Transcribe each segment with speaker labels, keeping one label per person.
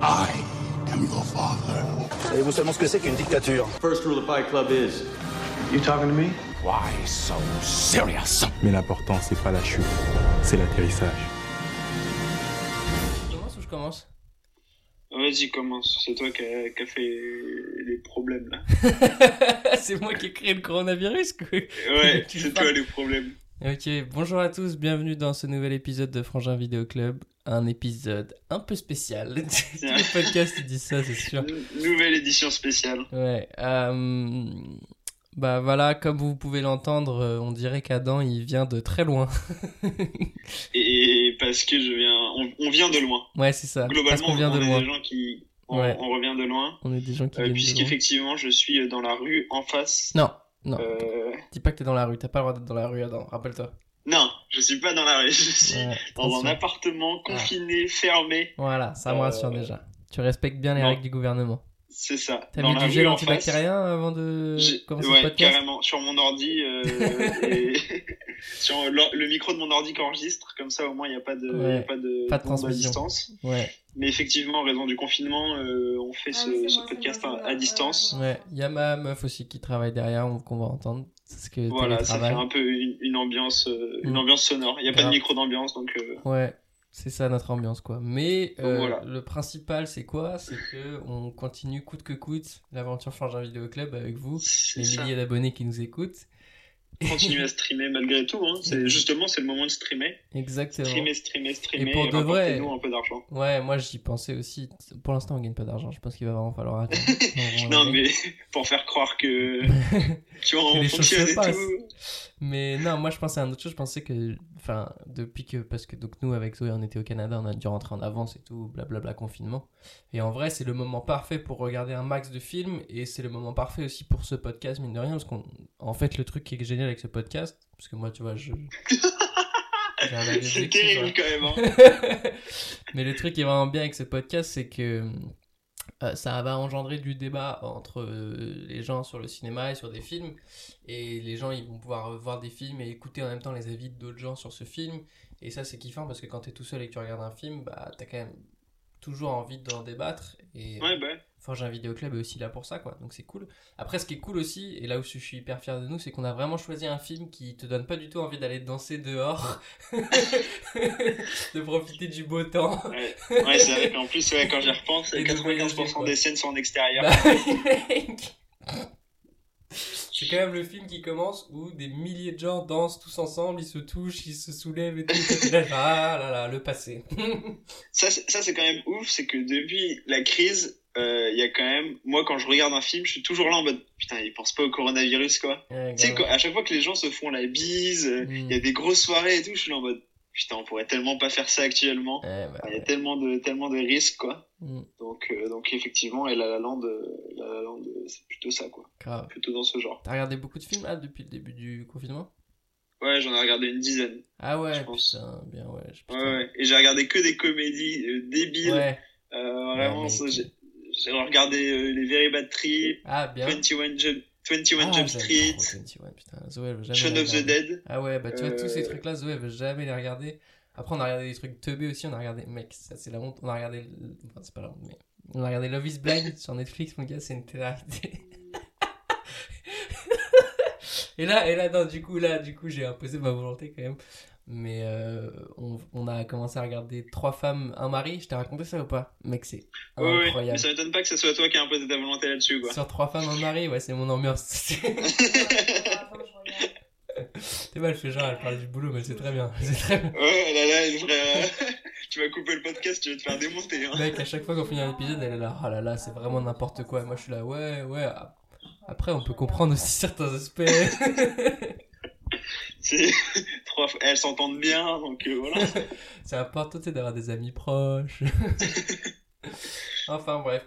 Speaker 1: I am your father.
Speaker 2: Savez-vous seulement ce que c'est qu'une dictature
Speaker 3: First rule of Fight Club is You talking to me
Speaker 1: Why so serious?
Speaker 4: Mais l'important, c'est pas la chute, c'est l'atterrissage.
Speaker 5: Je commence ou je commence
Speaker 6: Vas-y, commence. C'est toi qui as fait les problèmes là.
Speaker 5: Ah, C'est moi qui ai créé le coronavirus quoi.
Speaker 6: Ouais,
Speaker 5: Tu
Speaker 6: c'est
Speaker 5: parles.
Speaker 6: toi les problèmes.
Speaker 5: Ok, bonjour à tous, bienvenue dans ce nouvel épisode de Frangin Vidéo Club. Un épisode un peu spécial. Tous les podcasts ils disent ça, c'est sûr.
Speaker 6: N- Nouvelle édition spéciale.
Speaker 5: Ouais. euh, Bah voilà, comme vous pouvez l'entendre, euh, on dirait qu'Adam il vient de très loin.
Speaker 6: Et, et parce que je viens, on, on vient de loin.
Speaker 5: Ouais, c'est ça. Parce
Speaker 6: Globalement,
Speaker 5: qu'on vient
Speaker 6: on
Speaker 5: de
Speaker 6: est
Speaker 5: loin.
Speaker 6: des gens qui, on,
Speaker 5: Ouais.
Speaker 6: on revient de loin.
Speaker 5: On est des gens qui
Speaker 6: Euh,
Speaker 5: viennent de loin.
Speaker 6: Puisqu'effectivement, je suis euh, dans la rue en face.
Speaker 5: Non, non.
Speaker 6: Euh,
Speaker 5: Dis pas que t'es dans la rue, t'as pas le droit d'être dans la rue, Adam, rappelle-toi.
Speaker 6: non, je suis pas dans la rue. Je suis
Speaker 5: Ouais,
Speaker 6: dans un
Speaker 5: attention.
Speaker 6: appartement
Speaker 5: Ah.
Speaker 6: confiné, fermé.
Speaker 5: Voilà, ça me rassure
Speaker 6: Euh,
Speaker 5: déjà. Tu respectes bien les
Speaker 6: non.
Speaker 5: règles du gouvernement.
Speaker 6: C'est ça.
Speaker 5: T'as
Speaker 6: Dans
Speaker 5: mis
Speaker 6: la
Speaker 5: du
Speaker 6: rue
Speaker 5: gel
Speaker 6: en face.
Speaker 5: antibactérien avant de
Speaker 6: J'ai-
Speaker 5: commencer
Speaker 6: ouais,
Speaker 5: le podcast
Speaker 6: carrément, sur mon ordi, euh, et sur le, le micro de mon ordi qu'enregistre, comme ça au moins il n'y a pas de,
Speaker 5: Ouais,
Speaker 6: y a pas de,
Speaker 5: pas de
Speaker 6: bombe à
Speaker 5: transmission.
Speaker 6: distance.
Speaker 5: Ouais,
Speaker 6: Mais effectivement, en raison du confinement, euh, on fait
Speaker 7: Ah
Speaker 6: ce,
Speaker 7: oui, c'est
Speaker 6: ce
Speaker 7: moi, c'est
Speaker 6: podcast
Speaker 7: moi,
Speaker 6: à,
Speaker 7: c'est
Speaker 6: à
Speaker 7: moi.
Speaker 6: distance.
Speaker 5: ouais. Il y a ma meuf aussi qui travaille derrière, on- qu'on va entendre. Parce que
Speaker 6: Voilà, ça fait
Speaker 5: télétravail.
Speaker 6: un peu une, une ambiance, euh, une
Speaker 5: Mm.
Speaker 6: ambiance sonore. Il n'y a pas
Speaker 5: Grave.
Speaker 6: de micro d'ambiance, donc euh,
Speaker 5: Ouais, c'est ça notre ambiance quoi. Mais euh,
Speaker 6: voilà.
Speaker 5: le principal c'est quoi C'est que on continue coûte que coûte l'aventure Frangin Vidéo Club avec vous,
Speaker 6: c'est
Speaker 5: les
Speaker 6: ça.
Speaker 5: milliers d'abonnés qui nous écoutent.
Speaker 6: Continuer à streamer malgré tout. Hein. C'est- Justement, c'est le moment de streamer.
Speaker 5: Mm. Exactement.
Speaker 6: Streamer, streamer, streamer.
Speaker 5: pour de vrai-
Speaker 6: nous un peu d'argent.
Speaker 5: Ouais, moi j'y pensais aussi. Pour l'instant on gagne pas d'argent, je pense qu'il va vraiment falloir attendre. On va
Speaker 6: Non,
Speaker 5: regarder.
Speaker 6: mais pour faire croire que tu vois,
Speaker 5: Que
Speaker 6: on
Speaker 5: les choses se
Speaker 6: fonctionne et
Speaker 5: passent.
Speaker 6: tout.
Speaker 5: Mais non, moi je pensais à un autre chose, je pensais que, enfin, depuis que, parce que donc nous avec Zoé on était au Canada, on a dû rentrer en avance et tout, blablabla confinement. Et en vrai c'est le moment parfait pour regarder un max de films et c'est le moment parfait aussi pour ce podcast, mine de rien, parce qu'on, en fait le truc qui est génial avec ce podcast, parce que moi tu vois, je... j'ai un objectif,
Speaker 6: C'est
Speaker 5: ouais.
Speaker 6: terrible quand même. hein.
Speaker 5: Mais le truc qui est vraiment bien avec ce podcast, c'est que euh, ça va engendrer du débat entre euh, les gens sur le cinéma et sur des films. Et les gens, ils vont pouvoir voir des films et écouter en même temps les avis d'autres gens sur ce film. Et ça, c'est kiffant parce que quand t'es tout seul et que tu regardes un film, bah, t'as quand même toujours envie d'en débattre. Et
Speaker 6: Ouais, bah.
Speaker 5: Forge un vidéo club est aussi là pour ça, quoi. Donc c'est cool. Après, ce qui est cool aussi, et là où je suis hyper fier de nous, c'est qu'on a vraiment choisi un film qui te donne pas du tout envie d'aller danser dehors, de profiter du beau temps.
Speaker 6: Ouais, ouais c'est vrai qu'en plus, ouais, quand j'y repense,
Speaker 5: Et de voyager,
Speaker 6: 95%
Speaker 5: quoi.
Speaker 6: des scènes sont en extérieur.
Speaker 5: Bah, mec. C'est quand même le film qui commence où des milliers de gens dansent tous ensemble, ils se touchent, ils se soulèvent et tout. Et là, genre, ah là là, le passé.
Speaker 6: Ça, c'est ça, c'est quand même ouf, c'est que depuis la crise, euh, il y a quand même. Moi, quand je regarde un film, je suis toujours là en mode putain, ils pensent pas au coronavirus, quoi.
Speaker 5: Bah Ouais,
Speaker 6: Tu sais,
Speaker 5: Eh, grave.
Speaker 6: quand- à chaque fois que les gens se font la bise, euh, il
Speaker 5: Mm.
Speaker 6: y a des grosses soirées et tout, je suis là en mode putain, on pourrait tellement pas faire ça actuellement.
Speaker 5: Ouais, bah,
Speaker 6: Ah, Il y a tellement de, tellement de risques, quoi.
Speaker 5: Mm.
Speaker 6: Donc, euh, donc effectivement, et La La Land, euh, La La Land, euh, c'est plutôt ça, quoi.
Speaker 5: grave.
Speaker 6: Plutôt dans ce genre.
Speaker 5: T'as regardé beaucoup de films là depuis le début du confinement
Speaker 6: Ouais, j'en ai regardé une dizaine.
Speaker 5: Ah ouais,
Speaker 6: Je pense.
Speaker 5: putain, bien ouais. je-
Speaker 6: Ouais,
Speaker 5: putain.
Speaker 6: ouais. Et j'ai regardé que des comédies euh, débiles.
Speaker 5: Ouais.
Speaker 6: Euh, vraiment,
Speaker 5: Ouais,
Speaker 6: ça,
Speaker 5: mais-
Speaker 6: j'ai j'ai regardé euh, les Very Bad Trip,
Speaker 5: Ah bien.
Speaker 6: 21 Jump, 21
Speaker 5: Ah,
Speaker 6: Jump
Speaker 5: j'aime
Speaker 6: Street,
Speaker 5: trop 21, putain, Zoé, elle veut jamais
Speaker 6: Shaun
Speaker 5: les
Speaker 6: of the
Speaker 5: regarder.
Speaker 6: Dead.
Speaker 5: Ah ouais, bah tu vois, tous ces
Speaker 6: Euh,
Speaker 5: trucs-là, Zoé, elle veut jamais les regarder. Après, on a regardé des trucs teubés aussi, on a regardé, mec, ça c'est la honte, on a regardé, le- enfin, c'est pas la honte, mais on a regardé Love is Blind sur Netflix, mon gars, c'est une télé-réalité. et là, et là, non, du coup, là, du coup, j'ai imposé ma volonté quand même. Mais euh, on, on a commencé à regarder Trois femmes, un mari, je t'ai raconté ça ou pas Mec, c'est
Speaker 6: Ouais, ouais,
Speaker 5: incroyable.
Speaker 6: mais ça m'étonne pas que ce soit toi qui a imposé ta volonté là-dessus, quoi.
Speaker 5: Sur Trois femmes, un mari, ouais, c'est mon ambiance.
Speaker 7: Attends, je regarde.
Speaker 5: T'es mal fait genre, elle parle du boulot, mais c'est très bien. C'est très bien.
Speaker 6: Ouais, Oh là, là, il faudrait, euh, tu vas couper le podcast, tu vas te faire démonter, hein.
Speaker 5: Mec, à chaque fois qu'on finit un épisode, elle est là, oh là là, c'est vraiment n'importe quoi. Et moi, je suis là, ouais, ouais. ap- Après, on peut comprendre aussi certains aspects.
Speaker 6: C'est trois, fois- elles s'entendent bien, donc euh, voilà.
Speaker 5: c'est important tu sais, d'avoir des amis proches. enfin, bref.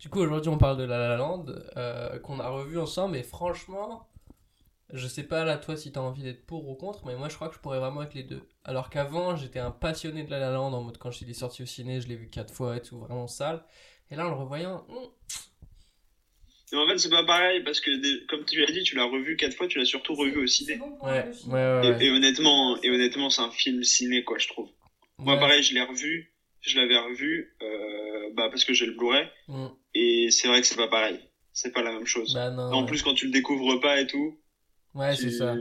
Speaker 5: Du coup, aujourd'hui, on parle de La La Land, euh, qu'on a revu ensemble, et franchement, je sais pas là, toi, si t'as envie d'être pour ou contre, mais moi, je crois que je pourrais vraiment être les deux. Alors qu'avant, j'étais un passionné de La La Land, en mode quand il est sorti au ciné, je l'ai vu quatre fois et tout, vraiment sale. Et là, en le revoyant, hmm,
Speaker 6: Mais en fait, c'est pas pareil, parce que des- comme tu l'as dit, tu l'as revu quatre fois, tu l'as surtout revu au
Speaker 7: C'est
Speaker 6: ciné.
Speaker 7: bon pour
Speaker 5: Ouais,
Speaker 7: le
Speaker 5: ouais,
Speaker 7: film.
Speaker 5: ouais.
Speaker 6: Et,
Speaker 5: ouais.
Speaker 6: et honnêtement, et honnêtement, c'est un film ciné, quoi, je trouve. Moi,
Speaker 5: Ouais.
Speaker 6: pareil, je l'ai revu. Je l'avais revu euh, bah, parce que j'ai le Blu-ray.
Speaker 5: Mm.
Speaker 6: Et c'est vrai que c'est pas pareil. C'est pas la même chose.
Speaker 5: Bah non.
Speaker 6: en
Speaker 5: ouais.
Speaker 6: plus, quand tu le découvres pas et tout.
Speaker 5: Ouais,
Speaker 6: tu-
Speaker 5: c'est ça.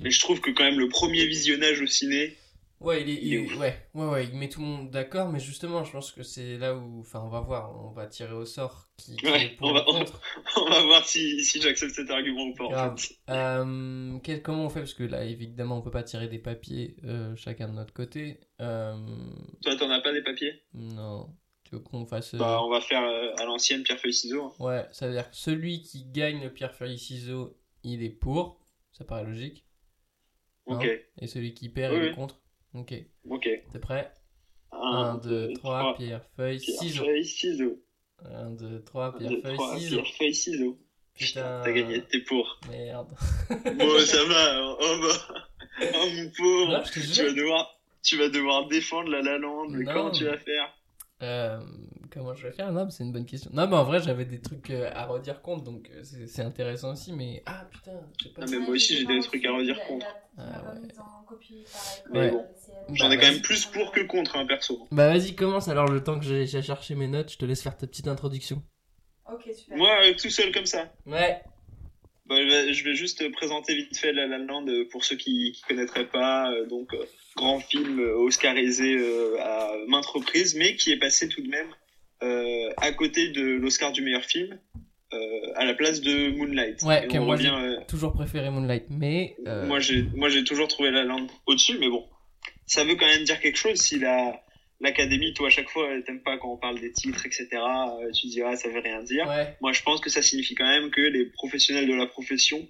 Speaker 6: Mais je trouve que quand même le premier visionnage au ciné.
Speaker 5: Ouais, il est,
Speaker 6: Il est
Speaker 5: il-
Speaker 6: ouf.
Speaker 5: ouais, ouais, ouais, il met tout le monde d'accord, mais justement, je pense que c'est là où, enfin, on va voir, on va tirer au sort qui, qui
Speaker 6: Ouais,
Speaker 5: est pour
Speaker 6: on
Speaker 5: ou
Speaker 6: va- on-
Speaker 5: contre.
Speaker 6: On va voir si, si j'accepte cet argument ou pas. en
Speaker 5: Grave.
Speaker 6: fait.
Speaker 5: Euh, quel- comment on fait Parce que là, évidemment, on peut pas tirer des papiers euh, chacun de notre côté. Euh,
Speaker 6: Toi, t'en as pas des papiers
Speaker 5: non, tu veux qu'on fasse euh,
Speaker 6: Bah, on va faire euh, à l'ancienne pierre feuille ciseaux. hein.
Speaker 5: Ouais, ça veut dire que celui qui gagne le pierre feuille ciseaux, il est pour. Ça paraît logique. Non.
Speaker 6: Ok,
Speaker 5: Et celui qui perd,
Speaker 6: Oui,
Speaker 5: il est
Speaker 6: oui.
Speaker 5: contre. Ok,
Speaker 6: ok.
Speaker 5: t'es prêt
Speaker 6: Un,
Speaker 5: 1, 2, 3, pierre feuille
Speaker 6: pierre
Speaker 5: ciseaux.
Speaker 6: feuille ciseaux.
Speaker 5: 1, 2, 3,
Speaker 6: Un,
Speaker 5: pierre
Speaker 6: deux,
Speaker 5: feuille
Speaker 6: trois,
Speaker 5: ciseaux.
Speaker 6: pierre feuille ciseaux.
Speaker 5: Putain.
Speaker 6: Putain, t'as gagné, t'es pour.
Speaker 5: Merde.
Speaker 6: Bon, ça va. Oh, bah. Oh, mon pauvre.
Speaker 5: Non, je te
Speaker 6: tu, vas
Speaker 5: jure.
Speaker 6: devoir, tu vas devoir défendre la Lalande. mais
Speaker 5: Non.
Speaker 6: Comment tu vas faire
Speaker 5: Euh, comment je vais faire Non, mais c'est une bonne question. Non, mais en vrai, j'avais des trucs euh, à redire contre, donc euh, c'est c'est intéressant aussi, mais. Ah putain, je sais pas.
Speaker 6: Non, mais moi aussi, j'ai des trucs à redire contre.
Speaker 5: Ah, ouais.
Speaker 6: Mais bon. J'en ai
Speaker 5: Bah,
Speaker 6: quand même plus pour que contre, hein, perso.
Speaker 5: Bah vas-y, commence alors le temps que j'ai j'ai cherché mes notes, je te laisse faire ta petite introduction.
Speaker 7: Ok, super.
Speaker 6: Moi, euh, tout seul comme ça.
Speaker 5: Ouais.
Speaker 6: Bah, je vais- je vais juste présenter vite fait La La Land euh, pour ceux qui, qui connaîtraient pas. euh, Donc, euh, grand film euh, oscarisé euh, à maintes reprises, mais qui est passé tout de même euh, à côté de l'Oscar du meilleur film, euh, à la place de Moonlight.
Speaker 5: Ouais,
Speaker 6: Et
Speaker 5: que
Speaker 6: on
Speaker 5: moi,
Speaker 6: revient. euh,
Speaker 5: Toujours préféré Moonlight, mais. euh,
Speaker 6: Moi, j'ai, moi, j'ai toujours trouvé La La Land au-dessus, mais bon, ça veut quand même dire quelque chose si la l'Académie, toi, à chaque fois, elle t'aime pas quand on parle des titres, etc. euh, Tu dis ah, ça veut rien dire.
Speaker 5: Ouais.
Speaker 6: Moi, je pense que ça signifie quand même que les professionnels de la profession,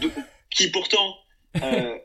Speaker 6: de- qui pourtant, euh,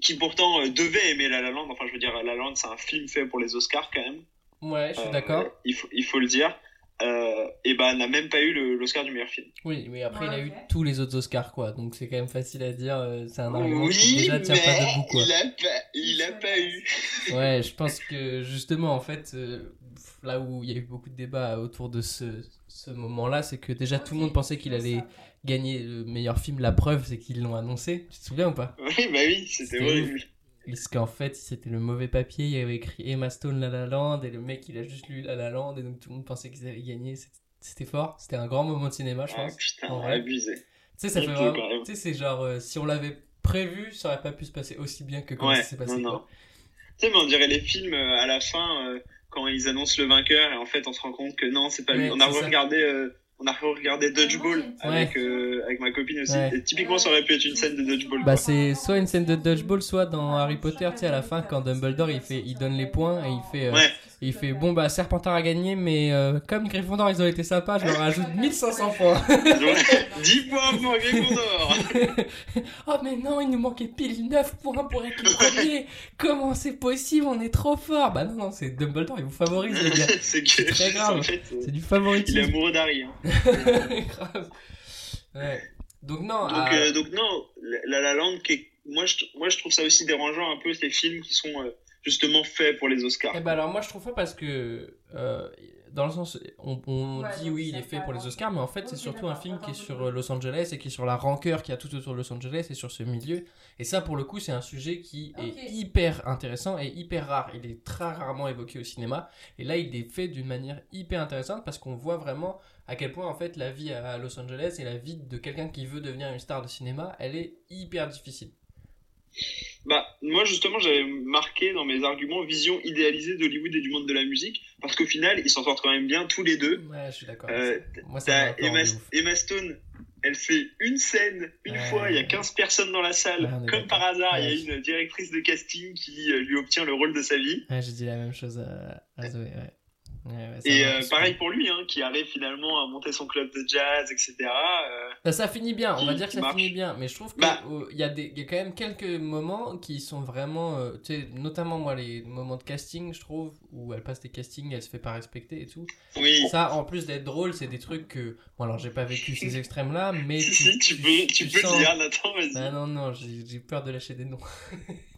Speaker 6: qui pourtant euh, devaient aimer La La Land, enfin, je veux dire, La La Land, c'est un film fait pour les Oscars quand même.
Speaker 5: Ouais, je suis
Speaker 6: Euh,
Speaker 5: d'accord.
Speaker 6: Il faut, il faut le dire. Euh, et ben, n'a même pas eu le- l'Oscar du meilleur film.
Speaker 5: Oui, mais après,
Speaker 7: Ouais,
Speaker 5: il a eu
Speaker 7: ok.
Speaker 5: tous les autres Oscars, quoi, donc c'est quand même facile à dire. euh, C'est un argument qui
Speaker 6: Oui,
Speaker 5: déjà
Speaker 6: mais
Speaker 5: tient pas debout, quoi.
Speaker 6: il a pas, il a pas eu.
Speaker 5: Ouais, je pense que justement, en fait, euh, là où il y a eu beaucoup de débats autour de ce, ce moment-là, c'est que déjà tout le monde pensait qu'il allait gagner le meilleur film. La preuve, c'est qu'ils l'ont annoncé. Tu te souviens ou pas
Speaker 6: Oui, bah oui, c'était
Speaker 5: C'était
Speaker 6: horrible.
Speaker 5: Parce qu'en fait, c'était le mauvais papier. Il y avait écrit Emma Stone La La Land et le mec, il a juste lu La La Land et donc tout le monde pensait qu'ils allaient gagner. C'était- C'était fort. C'était un grand moment de cinéma, je
Speaker 6: Ah
Speaker 5: pense. Tu
Speaker 6: putain,
Speaker 5: en vrai.
Speaker 6: abusé.
Speaker 5: sais, ça fait
Speaker 6: Ok,
Speaker 5: vraiment-
Speaker 6: quand même.
Speaker 5: Tu sais, c'est genre, euh, si on l'avait prévu, ça aurait pas pu se passer aussi bien que comme
Speaker 6: Ouais,
Speaker 5: ça s'est passé.
Speaker 6: non,
Speaker 5: quoi.
Speaker 6: non. Tu sais, mais on dirait les films euh, à la fin euh, quand ils annoncent le vainqueur et en fait on se rend compte que non, c'est pas lui.
Speaker 5: Ouais,
Speaker 6: On a
Speaker 5: c'est ça.
Speaker 6: regardé, euh, on a regardé Dodgeball
Speaker 7: Ouais.
Speaker 6: avec euh, avec ma copine aussi.
Speaker 5: Ouais.
Speaker 6: Et typiquement, ça aurait pu être une scène de Dodgeball.
Speaker 5: Bah c'est soit une scène de dodgeball, soit dans Harry Potter, tu sais, à la fin, quand Dumbledore, il, fait, il donne les points et il fait... euh,
Speaker 6: Ouais.
Speaker 5: et Il fait bon bah Serpentard a gagné mais euh, comme Gryffondor ils ont été sympas je leur rajoute 1500 points.
Speaker 6: Ouais. 10 points pour Gryffondor.
Speaker 5: oh mais non il nous manquait pile 9 points pour être le premier. Comment c'est possible on est trop fort. Bah non non c'est Dumbledore il vous favorise les gars.
Speaker 6: c'est
Speaker 5: C'est
Speaker 6: que
Speaker 5: très grave.
Speaker 6: en fait, euh,
Speaker 5: C'est du
Speaker 6: il est
Speaker 5: favoritisme.
Speaker 6: amoureux d'Harry. hein.
Speaker 5: Grave. Ouais. Donc non.
Speaker 6: Donc,
Speaker 5: euh,
Speaker 6: euh, donc non, La La Land, qui est- moi je, moi je trouve ça aussi dérangeant un peu ces films qui sont euh, justement faits pour les Oscars.
Speaker 5: Eh ben alors moi je trouve pas parce que euh, dans le sens on, on
Speaker 7: Ouais,
Speaker 5: dit
Speaker 7: donc
Speaker 5: oui il
Speaker 7: c'est
Speaker 5: est fait
Speaker 7: pas
Speaker 5: pour les
Speaker 7: grand-
Speaker 5: Oscars mais en fait
Speaker 7: Ok,
Speaker 5: c'est surtout un
Speaker 7: d'accord,
Speaker 5: film qui est
Speaker 7: d'accord,
Speaker 5: sur
Speaker 7: d'accord.
Speaker 5: euh, Los Angeles et qui est sur la rancœur qu'il y a tout autour de Los Angeles et sur ce milieu et ça pour le coup c'est un sujet qui est
Speaker 7: Ok.
Speaker 5: hyper intéressant et hyper rare il est très rarement évoqué au cinéma et là il est fait d'une manière hyper intéressante parce qu'on voit vraiment à quel point en fait la vie à Los Angeles et la vie de quelqu'un qui veut devenir une star de cinéma elle est hyper difficile
Speaker 6: Bah, moi justement, j'avais marqué dans mes arguments vision idéalisée d'Hollywood et du monde de la musique, parce qu'au final, ils s'en sortent quand même bien tous les deux.
Speaker 5: ouais je suis d'accord
Speaker 6: Euh,
Speaker 5: avec ça. moi ça m'a
Speaker 6: T'as
Speaker 5: un peu
Speaker 6: Emma,
Speaker 5: rendu ouf.
Speaker 6: Emma Stone, elle fait une scène, une
Speaker 5: Ouais.
Speaker 6: fois, il y a 15 personnes dans la salle.
Speaker 5: Ouais, on est
Speaker 6: Comme
Speaker 5: d'accord.
Speaker 6: par hasard, il y
Speaker 5: Ouais.
Speaker 6: a une directrice de casting qui euh, lui obtient le rôle de sa vie.
Speaker 5: Ouais, j'ai dit la même chose à, à Zoé, ouais. Ouais, ouais, ça
Speaker 6: Et
Speaker 5: m'a
Speaker 6: euh,
Speaker 5: plus
Speaker 6: pareil
Speaker 5: plu.
Speaker 6: pour lui, hein, qui arrive finalement à monter son club de jazz, etc. Euh,
Speaker 5: Bah, ça finit bien, on va
Speaker 6: qui-
Speaker 5: dire que
Speaker 6: qui
Speaker 5: ça
Speaker 6: marche.
Speaker 5: finit bien, mais je trouve qu'il
Speaker 6: Bah.
Speaker 5: y, a des- il y a quand même quelques moments qui sont vraiment. euh, tu sais, notamment moi, les moments de casting, je trouve, où elle passe des castings, elle se fait pas respecter et tout.
Speaker 6: oui.
Speaker 5: Ça, en plus d'être drôle, c'est des trucs que. Bon, alors j'ai pas vécu ces extrêmes-là, mais.
Speaker 6: Si, si, tu peux, tu peux
Speaker 5: sens-
Speaker 6: le dire, Nathan, vas-y.
Speaker 5: Bah, non, non, j'ai j'ai peur de lâcher des noms.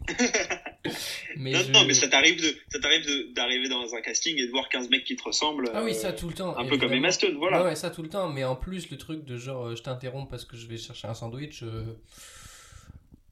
Speaker 5: mais
Speaker 6: non,
Speaker 5: je-
Speaker 6: non, mais ça t'arrive de, ça t'arrive de- d'arriver dans un casting et de voir 15 mecs qui te ressemblent.
Speaker 5: Ah oui,
Speaker 6: euh,
Speaker 5: ça tout le temps.
Speaker 6: Un peu comme
Speaker 5: évidemment.
Speaker 6: Emma Stone, voilà.
Speaker 5: Ouais, ouais, ça tout le temps, mais en plus le truc de genre euh, je t'interromps parce que je vais chercher un sandwich. euh,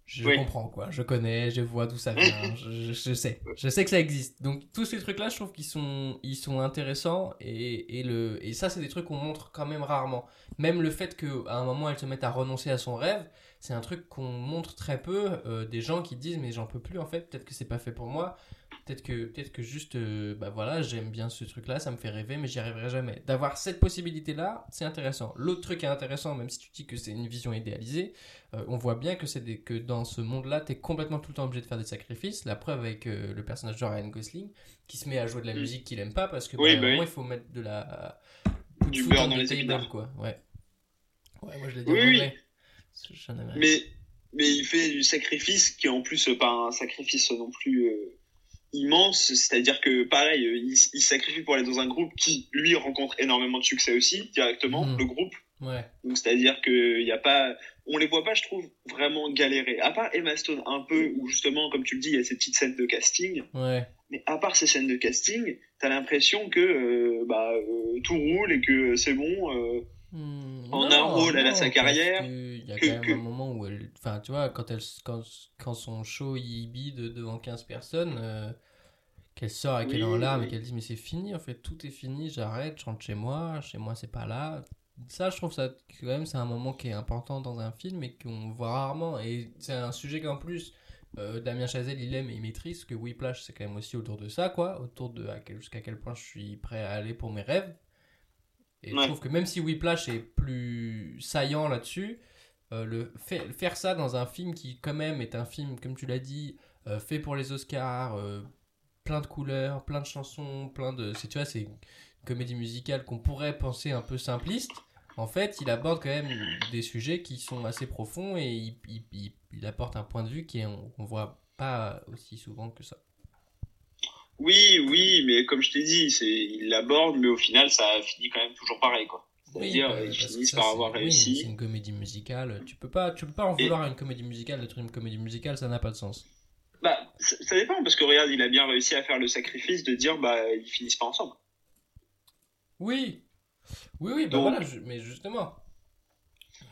Speaker 5: Je
Speaker 6: Oui.
Speaker 5: comprends quoi, je connais, je vois d'où ça vient, je, je- je sais, je sais que ça existe. Donc tous ces trucs-là, je trouve qu'ils sont, ils sont intéressants et, et le, et ça c'est des trucs qu'on montre quand même rarement. Même le fait qu'à un moment elle se mette à renoncer à son rêve, c'est un truc qu'on montre très peu. euh, des gens qui disent mais j'en peux plus en fait, peut-être que c'est pas fait pour moi, peut-être que, peut-être que juste, euh, bah voilà, j'aime bien ce truc-là, ça me fait rêver, mais j'y arriverai jamais. D'avoir cette possibilité-là, c'est intéressant. L'autre truc est intéressant, même si tu dis que c'est une vision idéalisée. Euh, on voit bien que, c'est des- que dans ce monde-là, t'es complètement tout le temps obligé de faire des sacrifices. La preuve avec euh, le personnage de Ryan Gosling, qui se met à jouer de la
Speaker 6: Mm.
Speaker 5: musique qu'il aime pas parce que
Speaker 6: Oui,
Speaker 5: bah, à un
Speaker 6: bah
Speaker 5: moment,
Speaker 6: oui.
Speaker 5: il faut mettre de la
Speaker 6: Du
Speaker 5: foot
Speaker 6: beurre
Speaker 5: dans
Speaker 6: dans
Speaker 5: des
Speaker 6: les
Speaker 5: tables,
Speaker 6: épinards.
Speaker 5: quoi. Ouais. Ouais, moi je l'ai dit
Speaker 6: Oui,
Speaker 5: en
Speaker 6: oui.
Speaker 5: anglais. Parce que je suis un Américain.
Speaker 6: Mais, mais il fait du sacrifice qui est en plus euh, pas un sacrifice non plus euh, immense, c'est-à-dire que pareil, euh, il, il se sacrifie pour aller dans un groupe qui, lui, rencontre énormément de succès aussi, directement,
Speaker 5: Mhm.
Speaker 6: le groupe.
Speaker 5: Ouais.
Speaker 6: Donc c'est-à-dire que il y a pas, on les voit pas, je trouve, vraiment galérer. À part Emma Stone un peu, où justement, comme tu le dis, il y a ces petites scènes de casting.
Speaker 5: Ouais.
Speaker 6: Mais à part ces scènes de casting, t'as l'impression que euh, bah, euh, tout roule et que c'est bon. euh,
Speaker 5: Hmm,
Speaker 6: En un
Speaker 5: non,
Speaker 6: rôle, elle a
Speaker 5: non,
Speaker 6: sa
Speaker 5: parce
Speaker 6: carrière,
Speaker 5: que Il y a
Speaker 6: que-
Speaker 5: quand même
Speaker 6: que-
Speaker 5: un moment où elle. Enfin, tu vois, quand, elle, quand, quand son show il bide devant 15 personnes, euh, qu'elle sort et qu'elle est en
Speaker 6: Oui,
Speaker 5: larmes et
Speaker 6: oui.
Speaker 5: qu'elle dit Mais c'est fini, en fait, tout est fini, j'arrête, je rentre chez moi, chez moi c'est pas là. Ça, je trouve ça quand même, c'est un moment qui est important dans un film et qu'on voit rarement. Et c'est un sujet qu'en plus, euh, Damien Chazelle, il aime et il maîtrise, parce que Whiplash, c'est quand même aussi autour de ça, quoi, autour de à quel- jusqu'à quel point je suis prêt à aller pour mes rêves. Et
Speaker 6: Ouais.
Speaker 5: je trouve que même si Whiplash est plus saillant là-dessus, euh, le fait- faire ça dans un film qui, quand même, est un film, comme tu l'as dit, euh, fait pour les Oscars, euh, plein de couleurs, plein de chansons, plein de. c'est- Tu vois, c'est une comédie musicale qu'on pourrait penser un peu simpliste. En fait, il aborde quand même des sujets qui sont assez profonds et il, il- il- il apporte un point de vue qui est- on, on voit pas aussi souvent que ça.
Speaker 6: Oui, oui, mais comme je t'ai dit, c'est il l'aborde, mais au final, ça finit quand même toujours pareil, quoi. C'est-à-dire,
Speaker 5: bah,
Speaker 6: ils
Speaker 5: parce que
Speaker 6: finissent
Speaker 5: ça,
Speaker 6: par
Speaker 5: c'est-
Speaker 6: avoir
Speaker 5: oui,
Speaker 6: réussi.
Speaker 5: c'est une comédie musicale. Tu peux pas, tu peux pas en
Speaker 6: Et-
Speaker 5: vouloir à une comédie musicale d'être une comédie musicale, ça n'a pas de sens.
Speaker 6: Bah, ça ça dépend, parce que regarde, il a bien réussi à faire le sacrifice de dire, bah, ils finissent pas ensemble.
Speaker 5: Oui, oui, oui. Bah
Speaker 6: Donc-
Speaker 5: voilà, ju- mais justement.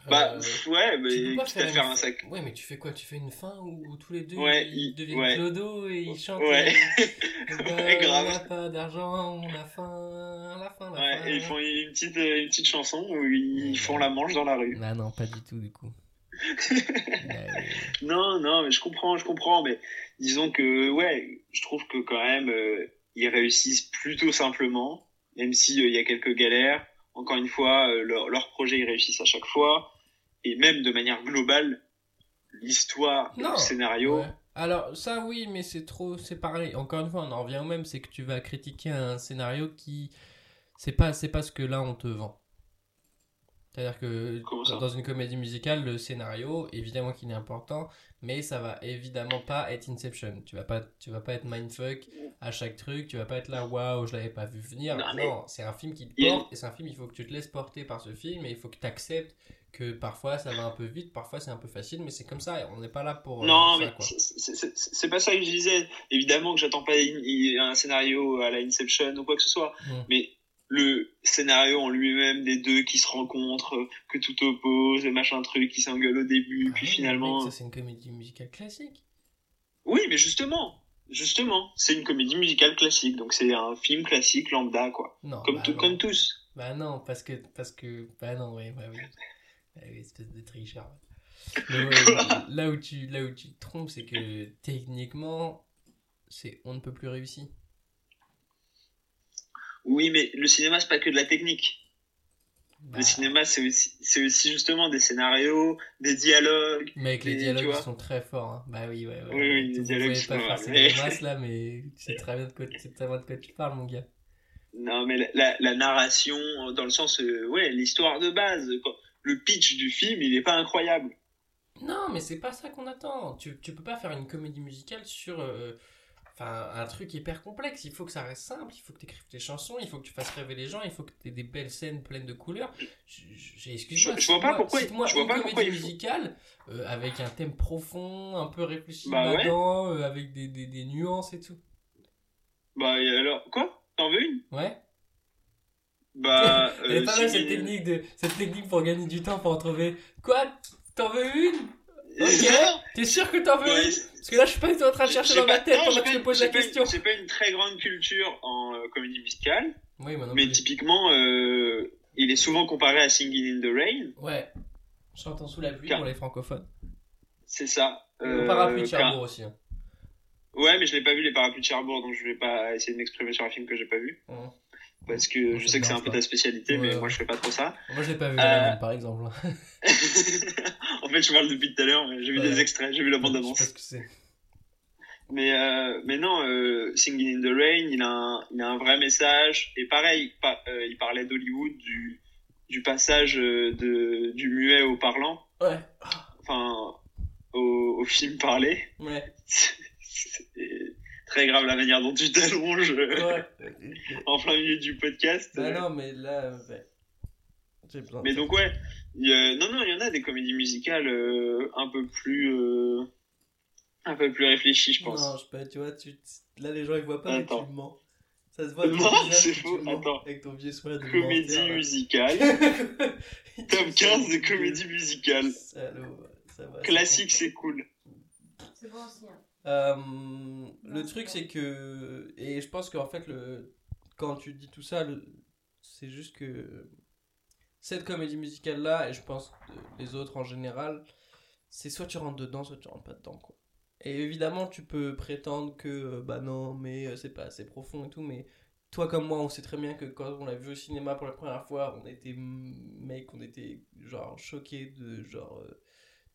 Speaker 6: Bah,
Speaker 5: Euh,
Speaker 6: pff, ouais,
Speaker 5: tu peux
Speaker 6: mais
Speaker 5: pas
Speaker 6: quitte à faire
Speaker 5: une-
Speaker 6: un sac.
Speaker 5: Ouais, mais tu fais quoi Tu fais une fin où, où tous les deux
Speaker 6: Ouais,
Speaker 5: ils
Speaker 6: il-
Speaker 5: deviennent
Speaker 6: ouais.
Speaker 5: clodo et ils chantent.
Speaker 6: Ouais.
Speaker 5: euh, bah,
Speaker 6: Ouais, grave.
Speaker 5: On n'a pas d'argent, on a faim, la faim, la faim.
Speaker 6: Ouais, et ils font une petite, euh, une petite chanson où ils font la manche dans la rue.
Speaker 5: Ah non, pas du tout du coup. Euh,
Speaker 6: Non, non, mais je comprends, je comprends, mais disons que, ouais, je trouve que quand même, euh, ils réussissent plutôt simplement, même si euh, il y a quelques galères. Encore une fois, euh, leur, leur projet, ils réussissent à chaque fois, et même de manière globale, l'histoire,
Speaker 5: Non.
Speaker 6: le scénario.
Speaker 5: Ouais. Alors ça oui, mais c'est trop, c'est pareil. Encore une fois, on en revient au même, c'est que tu vas critiquer un scénario qui, c'est pas, c'est pas ce que là on te vend. C'est-à-dire que
Speaker 6: Comment ça
Speaker 5: dans une comédie musicale, le scénario, évidemment qu'il est important, mais ça va évidemment pas être Inception. Tu vas pas, tu vas pas être mindfuck à chaque truc. Tu vas pas être là, waouh, je l'avais pas vu venir.
Speaker 6: Non,
Speaker 5: Non,
Speaker 6: mais-
Speaker 5: c'est un film qui te
Speaker 6: Il y a
Speaker 5: porte et c'est un film. Il faut que tu te laisses porter par ce film et il faut que tu acceptes que parfois ça va un peu vite, parfois c'est un peu facile, mais c'est comme ça. et On n'est pas là pour. euh,
Speaker 6: Non,
Speaker 5: ça,
Speaker 6: mais
Speaker 5: quoi.
Speaker 6: c'est- c'est c'est- c'est pas ça que je disais. Évidemment que j'attends pas in- i- un scénario à la Inception ou quoi que ce soit,
Speaker 5: Mm.
Speaker 6: mais le scénario en lui-même des deux qui se rencontrent, que tout oppose, et machin truc, qui s'engueule au début,
Speaker 5: Ah
Speaker 6: puis
Speaker 5: oui,
Speaker 6: finalement.
Speaker 5: mais Ça, c'est une comédie musicale classique.
Speaker 6: Oui, mais justement, justement, c'est une comédie musicale classique, donc c'est un film classique lambda quoi,
Speaker 5: Non.
Speaker 6: comme
Speaker 5: bah
Speaker 6: tout,
Speaker 5: non.
Speaker 6: comme tous.
Speaker 5: Bah non, parce que. Parce que bah non, oui, bah oui. Bah oui, espèce de tricheur. Mais ouais, là, où tu, là où tu te trompes, c'est que techniquement, c'est on ne peut plus réussir.
Speaker 6: Oui, mais le cinéma c'est pas que de la technique.
Speaker 5: Bah,
Speaker 6: Le cinéma c'est aussi, c'est aussi justement des scénarios, des dialogues.
Speaker 5: Mais avec les
Speaker 6: Et tu
Speaker 5: dialogues
Speaker 6: vois.
Speaker 5: ils sont très forts. hein. Bah oui, ouais, ouais.
Speaker 6: Oui, oui, les
Speaker 5: Vous
Speaker 6: dialogues
Speaker 5: pouvez
Speaker 6: sont
Speaker 5: pas
Speaker 6: mal,
Speaker 5: faire ces
Speaker 6: mais-
Speaker 5: grimaces là, mais tu sais très bien de quoi, tu sais très bien de quoi tu parles, mon gars.
Speaker 6: Non, mais la, la, la narration, euh, dans le sens, euh, ouais, l'histoire de base, quoi. le pitch du film, il n'est pas incroyable.
Speaker 5: Non, mais c'est pas ça qu'on attend. Tu, tu peux pas faire une comédie musicale sur euh, enfin un truc hyper complexe. Il faut que ça reste simple, il faut que tu écrives tes chansons, il faut que tu fasses rêver les gens, il faut que tu aies des belles scènes pleines de couleurs. Je- je- J'ai excuse-moi.
Speaker 6: Je- je vois pas
Speaker 5: cite-moi-
Speaker 6: pourquoi-
Speaker 5: cite-moi
Speaker 6: je vois
Speaker 5: une
Speaker 6: pas pourquoi
Speaker 5: comédie
Speaker 6: il faut-
Speaker 5: musicale euh, avec un thème profond, un peu réfléchi,
Speaker 6: Bah ouais.
Speaker 5: badant, euh, avec des, des, des nuances et tout.
Speaker 6: Bah, et alors, quoi T'en veux une
Speaker 5: Ouais.
Speaker 6: Bah,
Speaker 5: Elle est
Speaker 6: euh,
Speaker 5: pas
Speaker 6: c'est
Speaker 5: mal cette
Speaker 6: une-
Speaker 5: technique de cette technique pour gagner du temps pour en trouver. Quoi T'en veux une Ok, t'es sûr que t'en veux
Speaker 6: Ouais,
Speaker 5: une Parce que là, je suis pas du tout en train de chercher
Speaker 6: j'ai
Speaker 5: dans ma
Speaker 6: pas-
Speaker 5: tête
Speaker 6: non,
Speaker 5: pendant
Speaker 6: j'ai
Speaker 5: que tu
Speaker 6: pas-
Speaker 5: me poses
Speaker 6: j'ai
Speaker 5: la
Speaker 6: pas une-
Speaker 5: question.
Speaker 6: J'ai pas une très grande culture en euh, comédie musicale,
Speaker 5: Oui, moi non
Speaker 6: mais
Speaker 5: plus.
Speaker 6: typiquement, euh, il est souvent comparé à Singing in the Rain.
Speaker 5: Ouais. Chantant sous la pluie
Speaker 6: Car-
Speaker 5: pour les francophones.
Speaker 6: C'est ça.
Speaker 5: Et
Speaker 6: Euh,
Speaker 5: au parapluie de
Speaker 6: car-
Speaker 5: Cherbourg aussi. hein.
Speaker 6: Ouais, mais je l'ai pas vu les parapluies de Cherbourg, donc je vais pas essayer de m'exprimer sur un film que j'ai pas vu,
Speaker 5: Ouais.
Speaker 6: parce que
Speaker 5: Moi,
Speaker 6: je
Speaker 5: ça
Speaker 6: sais
Speaker 5: me
Speaker 6: que c'est un
Speaker 5: dérange
Speaker 6: peu
Speaker 5: pas.
Speaker 6: ta spécialité, mais
Speaker 5: Ouais.
Speaker 6: moi je fais pas trop ça.
Speaker 5: Moi, je l'ai pas vu,
Speaker 6: Euh,
Speaker 5: Aladdin, par exemple.
Speaker 6: en fait, je parle depuis tout à l'heure, mais j'ai vu
Speaker 5: Ouais.
Speaker 6: des extraits, j'ai vu la bande
Speaker 5: Je sais
Speaker 6: annonce.
Speaker 5: pas ce que c'est.
Speaker 6: Mais, euh, mais non, euh, Singing in the Rain, il a un, il a un vrai message. Et pareil, pa- euh, il parlait d'Hollywood, du, du passage euh, de, du muet au parlant,
Speaker 5: Ouais.
Speaker 6: enfin, au, au film parlé.
Speaker 5: Ouais.
Speaker 6: C'est très grave la manière dont tu t'allonges euh,
Speaker 5: Ouais.
Speaker 6: en plein milieu du podcast.
Speaker 5: Bah non, mais là. euh, ouais. J'ai besoin. de-
Speaker 6: Mais donc ouais, il y a- non non, il y en a des comédies musicales euh, un peu plus euh, un peu plus réfléchies, je pense.
Speaker 5: Non, je sais pas, tu vois, tu... là les gens ils voient pas, mais
Speaker 6: Attends.
Speaker 5: tu mens. Ça se voit avec
Speaker 6: Non,
Speaker 5: ton visage
Speaker 6: c'est
Speaker 5: que tu
Speaker 6: faux,
Speaker 5: mens,
Speaker 6: attends.
Speaker 5: Avec ton vieux sourire de
Speaker 6: comédie
Speaker 5: menteur, là.
Speaker 6: musicale,
Speaker 5: Il te
Speaker 6: top
Speaker 5: fait
Speaker 6: 15
Speaker 5: des
Speaker 6: des comédies musicales.
Speaker 5: Salaud, ça va, ça
Speaker 6: Classique,
Speaker 5: compte.
Speaker 6: c'est cool.
Speaker 7: C'est bon aussi. hein.
Speaker 5: Euh, le truc c'est que. Et je pense qu'en fait, le... quand tu dis tout ça, le- c'est juste que. Cette comédie musicale là, et je pense que les autres en général, c'est soit tu rentres dedans, soit tu rentres pas dedans. Quoi. Et évidemment, tu peux prétendre que euh, bah non, mais euh, c'est pas assez profond et tout, mais toi comme moi, on sait très bien que quand on l'a vu au cinéma pour la première fois, on était mm, mec, on était genre choqué de genre euh,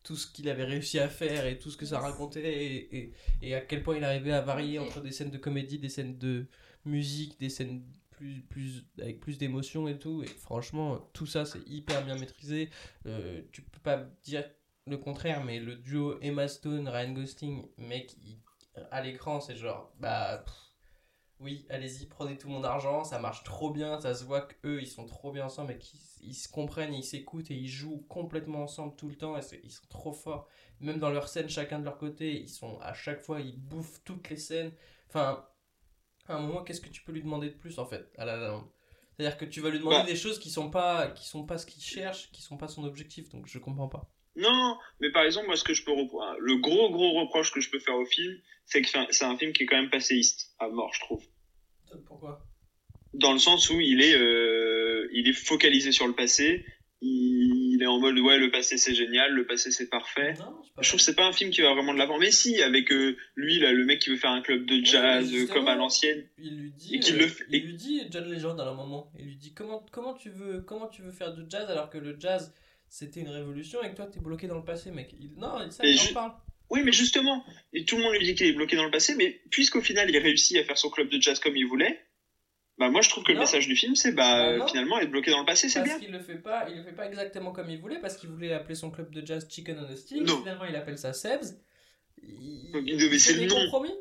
Speaker 5: tout ce qu'il avait réussi à faire et tout ce que ça racontait et, et, et à quel point il arrivait à varier entre des scènes de comédie, des scènes de musique, des scènes plus plus avec plus d'émotion et tout. Et franchement, tout ça c'est hyper bien maîtrisé. Euh, tu peux pas dire le contraire, mais le duo Emma Stone, Ryan Gosling, mec, il- à l'écran, c'est genre, bah, pff, oui, allez-y, prenez tout mon argent, ça marche trop bien, ça se voit qu'eux, ils sont trop bien ensemble et qu'ils ils se comprennent, ils s'écoutent et ils jouent complètement ensemble tout le temps et c'est- ils sont trop forts. Même dans leurs scènes, chacun de leur côté, ils sont à chaque fois, ils bouffent toutes les scènes. Enfin, à un moment, qu'est-ce que tu peux lui demander de plus en fait à la La Land C'est-à-dire que tu vas lui demander
Speaker 6: Bah.
Speaker 5: des choses qui sont pas qui sont pas ce qu'il cherche, qui sont pas son objectif, donc je comprends pas.
Speaker 6: Non, mais par exemple, moi, ce que je peux repro- le gros gros reproche que je peux faire au film, c'est que c'est un- c'est un film qui est quand même passéiste à mort, je trouve.
Speaker 5: Pourquoi
Speaker 6: Dans le sens où il est, euh, il est focalisé sur le passé. Il est en mode ouais, le passé c'est génial, le passé c'est parfait.
Speaker 5: Non, c'est pas
Speaker 6: Je trouve que c'est pas un film qui va vraiment de l'avant. Mais si, avec euh, lui, là, le mec qui veut faire un club de jazz
Speaker 5: mais
Speaker 6: euh, comme
Speaker 5: justement.
Speaker 6: à l'ancienne.
Speaker 5: il lui dit
Speaker 6: Et qu'il
Speaker 5: euh,
Speaker 6: le fait-
Speaker 5: il lui dit John Legend à un moment il lui dit comment comment tu veux comment tu veux faire du jazz alors que le jazz c'était une révolution et que toi t'es bloqué dans le passé mec il, non ça
Speaker 6: Et
Speaker 5: il en
Speaker 6: ju-
Speaker 5: parle
Speaker 6: Oui, mais justement, et tout le monde lui dit qu'il est bloqué dans le passé, mais puisqu'au final il réussit à faire son club de jazz comme il voulait, bah moi je trouve que
Speaker 5: Non.
Speaker 6: le message du film c'est bah
Speaker 5: Bah
Speaker 6: euh,
Speaker 5: non.
Speaker 6: finalement être bloqué dans le passé c'est
Speaker 5: parce
Speaker 6: bien.
Speaker 5: qu'il le fait pas il le fait pas exactement comme il voulait parce qu'il voulait appeler son club de jazz Chicken on a Stick
Speaker 6: Non.
Speaker 5: finalement il appelle ça Sebs il,
Speaker 6: Donc, il devait-
Speaker 5: fait
Speaker 6: c'est
Speaker 5: des
Speaker 6: le nom.
Speaker 5: compromis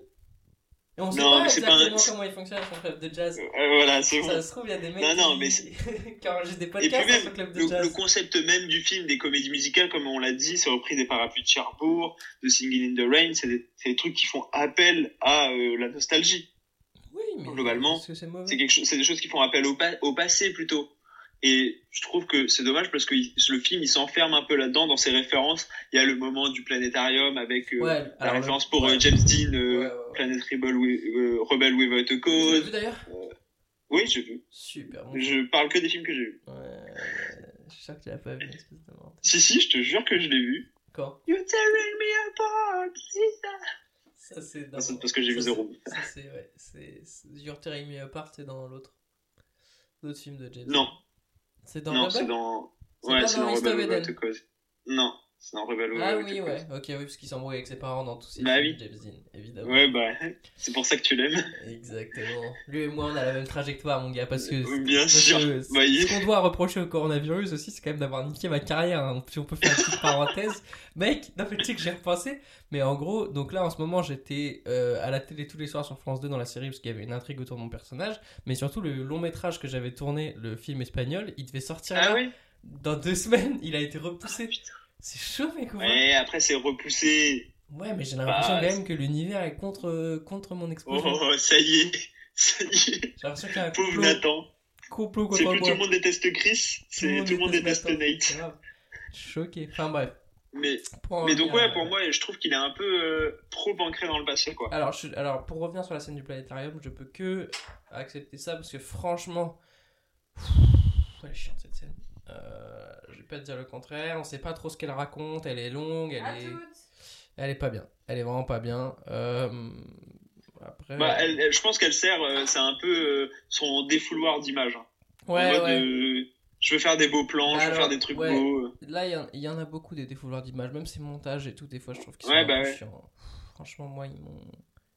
Speaker 5: et on sait
Speaker 6: Non,
Speaker 5: pas
Speaker 6: mais c'est pas un-
Speaker 5: exactement comment il fonctionne son club de jazz
Speaker 6: Euh, voilà, c'est bon.
Speaker 5: ça se trouve il y a des mecs
Speaker 6: Non, non,
Speaker 5: qui-
Speaker 6: mais
Speaker 5: qui enregistrent des
Speaker 6: Et puis
Speaker 5: podcasts sur
Speaker 6: même,
Speaker 5: son club de
Speaker 6: le,
Speaker 5: jazz
Speaker 6: le concept même du film des comédies musicales, comme on l'a dit, c'est repris des parapluies de Cherbourg, de Singing in the Rain, c'est des, c'est des trucs qui font appel à euh, la nostalgie.
Speaker 5: oui mais
Speaker 6: globalement,
Speaker 5: est-ce que c'est mauvais
Speaker 6: C'est quelque chose- c'est des choses qui font appel au, pa- au passé plutôt. Et je trouve que c'est dommage parce que il- le film il s'enferme un peu là-dedans dans ses références. Il y a le moment du planétarium avec euh,
Speaker 5: Ouais,
Speaker 6: la
Speaker 5: alors,
Speaker 6: référence
Speaker 5: le-
Speaker 6: pour euh,
Speaker 5: ouais.
Speaker 6: James Dean,
Speaker 5: Ouais,
Speaker 6: euh,
Speaker 5: ouais, ouais.
Speaker 6: Planet Rebel, with- euh, Rebel Without a
Speaker 5: Tu l'as vu
Speaker 6: Cause. Euh,
Speaker 5: d'ailleurs
Speaker 6: Oui, j'ai vu.
Speaker 5: Super bon.
Speaker 6: Je parle que des films que j'ai vus.
Speaker 5: Ouais, je suis sûr que tu l'as pas vu, espèce de menteur.
Speaker 6: Si, si, je te jure que je l'ai vu.
Speaker 5: Quand
Speaker 6: You're tearing me apart, Lisa.
Speaker 5: Ça, c'est dans.
Speaker 6: Ah, c'est parce que j'ai
Speaker 5: ça,
Speaker 6: vu
Speaker 5: c'est-
Speaker 6: zéro.
Speaker 5: Ça, c'est, ouais. C'est... c'est- Your Tearing Me Apart, c'est dans l'autre. L'autre film de James.
Speaker 6: Non,
Speaker 5: C'est dans
Speaker 6: non,
Speaker 5: Rebel
Speaker 6: c'est dans.
Speaker 5: C'est
Speaker 6: Ouais,
Speaker 5: pas
Speaker 6: c'est
Speaker 5: dans
Speaker 6: dans
Speaker 5: East of
Speaker 6: Rebel
Speaker 5: Eden.
Speaker 6: Without a Cause. Non, c'est dans Rebel Without
Speaker 5: Ah
Speaker 6: a
Speaker 5: oui,
Speaker 6: Cause.
Speaker 5: ouais. Ok, oui, parce qu'il s'embrouille avec ses parents dans tous ses
Speaker 6: Bah
Speaker 5: films
Speaker 6: oui.
Speaker 5: de James Dean, évidemment.
Speaker 6: Ouais, bah, c'est pour ça que tu l'aimes.
Speaker 5: Exactement. Lui et moi, on a la même trajectoire, mon gars, parce que.
Speaker 6: Euh, Bien
Speaker 5: parce
Speaker 6: sûr.
Speaker 5: que
Speaker 6: Bah, il-
Speaker 5: Ce qu'on doit reprocher au coronavirus aussi, c'est quand même d'avoir niqué ma carrière. hein. Si on peut faire une petite parenthèse. Mec, non mais tu sais que j'ai repensé. Mais en gros, donc là en ce moment, j'étais euh, à la télé tous les soirs sur France 2 dans la série parce qu'il y avait une intrigue autour de mon personnage. Mais surtout, le long métrage que j'avais tourné, le film espagnol, il devait sortir là
Speaker 6: Ah oui Ah,
Speaker 5: dans deux semaines. Il a été repoussé. C'est chaud, mec. ou pas
Speaker 6: Ouais, après c'est repoussé.
Speaker 5: Ouais, mais j'ai l'impression
Speaker 6: Bah,
Speaker 5: quand même que l'univers est contre, euh, contre mon
Speaker 6: Oh,
Speaker 5: explosion.
Speaker 6: ça y est. Ça y est.
Speaker 5: J'ai l'impression qu'il y a un
Speaker 6: Pauvre
Speaker 5: complot,
Speaker 6: Nathan.
Speaker 5: complot
Speaker 6: C'est
Speaker 5: contre
Speaker 6: plus tout
Speaker 5: moi.
Speaker 6: le monde déteste Chris, c'est tout le monde déteste
Speaker 5: Nathan,
Speaker 6: Nate.
Speaker 5: c'est grave. Choqué. Enfin bref.
Speaker 6: Mais,
Speaker 5: Pour en
Speaker 6: mais donc,
Speaker 5: revenir à-
Speaker 6: ouais, pour moi, je trouve qu'il est un peu euh, trop ancré dans le passé, quoi.
Speaker 5: Alors, je- alors, pour revenir sur la scène du planétarium, je peux que accepter ça parce que franchement, pff, elle est chiante cette scène. Euh, je vais pas te dire le contraire. On sait pas trop ce qu'elle raconte. Elle est longue. Elle
Speaker 7: À
Speaker 5: est,
Speaker 7: toutes.
Speaker 5: elle est pas bien. Elle est vraiment pas bien. Euh, après.
Speaker 6: Bah, elle- elle- je pense qu'elle sert, euh, c'est un peu euh, son défouloir d'image. hein. En
Speaker 5: ouais,
Speaker 6: mode,
Speaker 5: ouais.
Speaker 6: euh, je veux faire des beaux plans, je veux
Speaker 5: Alors,
Speaker 6: faire des trucs
Speaker 5: ouais.
Speaker 6: beaux.
Speaker 5: Là, il y en- il y, en a beaucoup des défouloirs d'images, même ces montages et tout. Des fois, je trouve qu'ils sont
Speaker 6: Ouais,
Speaker 5: un
Speaker 6: bah
Speaker 5: peu
Speaker 6: ouais.
Speaker 5: chiants. Franchement, moi, ils m'ont.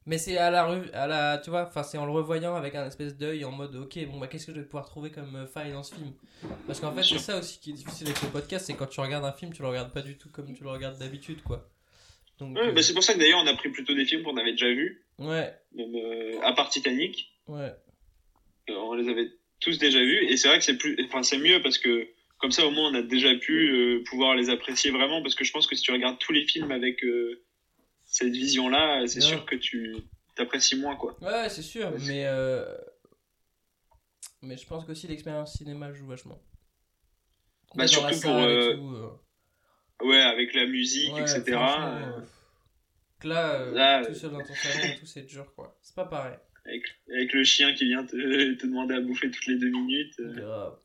Speaker 5: Mais c'est à la rue, à la, tu vois, enfin, c'est en le revoyant avec un espèce d'œil en mode, ok, bon, bah, qu'est-ce que je vais pouvoir trouver comme euh, faille dans ce film Parce qu'en fait, c'est ça aussi qui est difficile avec le podcast, c'est quand tu regardes un film, tu le regardes pas du tout comme tu le regardes d'habitude, quoi. Donc,
Speaker 6: Ouais,
Speaker 5: euh,
Speaker 6: bah, c'est pour ça que d'ailleurs, on a pris plutôt des films qu'on avait déjà vus,
Speaker 5: ouais,
Speaker 6: même, euh, à part Titanic.
Speaker 5: ouais,
Speaker 6: Euh, on les avait tous déjà vus et c'est vrai que c'est plus enfin c'est mieux parce que comme ça au moins on a déjà pu euh, pouvoir les apprécier vraiment parce que je pense que si tu regardes tous les films avec euh, cette vision là c'est
Speaker 5: Ouais.
Speaker 6: sûr que tu t'apprécies moins quoi
Speaker 5: ouais, ouais, c'est sûr, mais euh, mais je pense qu'aussi l'expérience cinéma joue vachement.
Speaker 6: Bah,
Speaker 5: Dans la
Speaker 6: surtout pour,
Speaker 5: salle et
Speaker 6: euh,
Speaker 5: tout, euh.
Speaker 6: ouais avec la musique
Speaker 5: Ouais,
Speaker 6: etc
Speaker 5: franchement,
Speaker 6: euh,
Speaker 5: euh, que Là, euh,
Speaker 6: là,
Speaker 5: tout
Speaker 6: euh,
Speaker 5: seul dans ton salon et tout, c'est dur, quoi. C'est pas pareil.
Speaker 6: avec, euh, avec le chien qui vient te, te demander à bouffer toutes les deux minutes euh.
Speaker 5: Grave.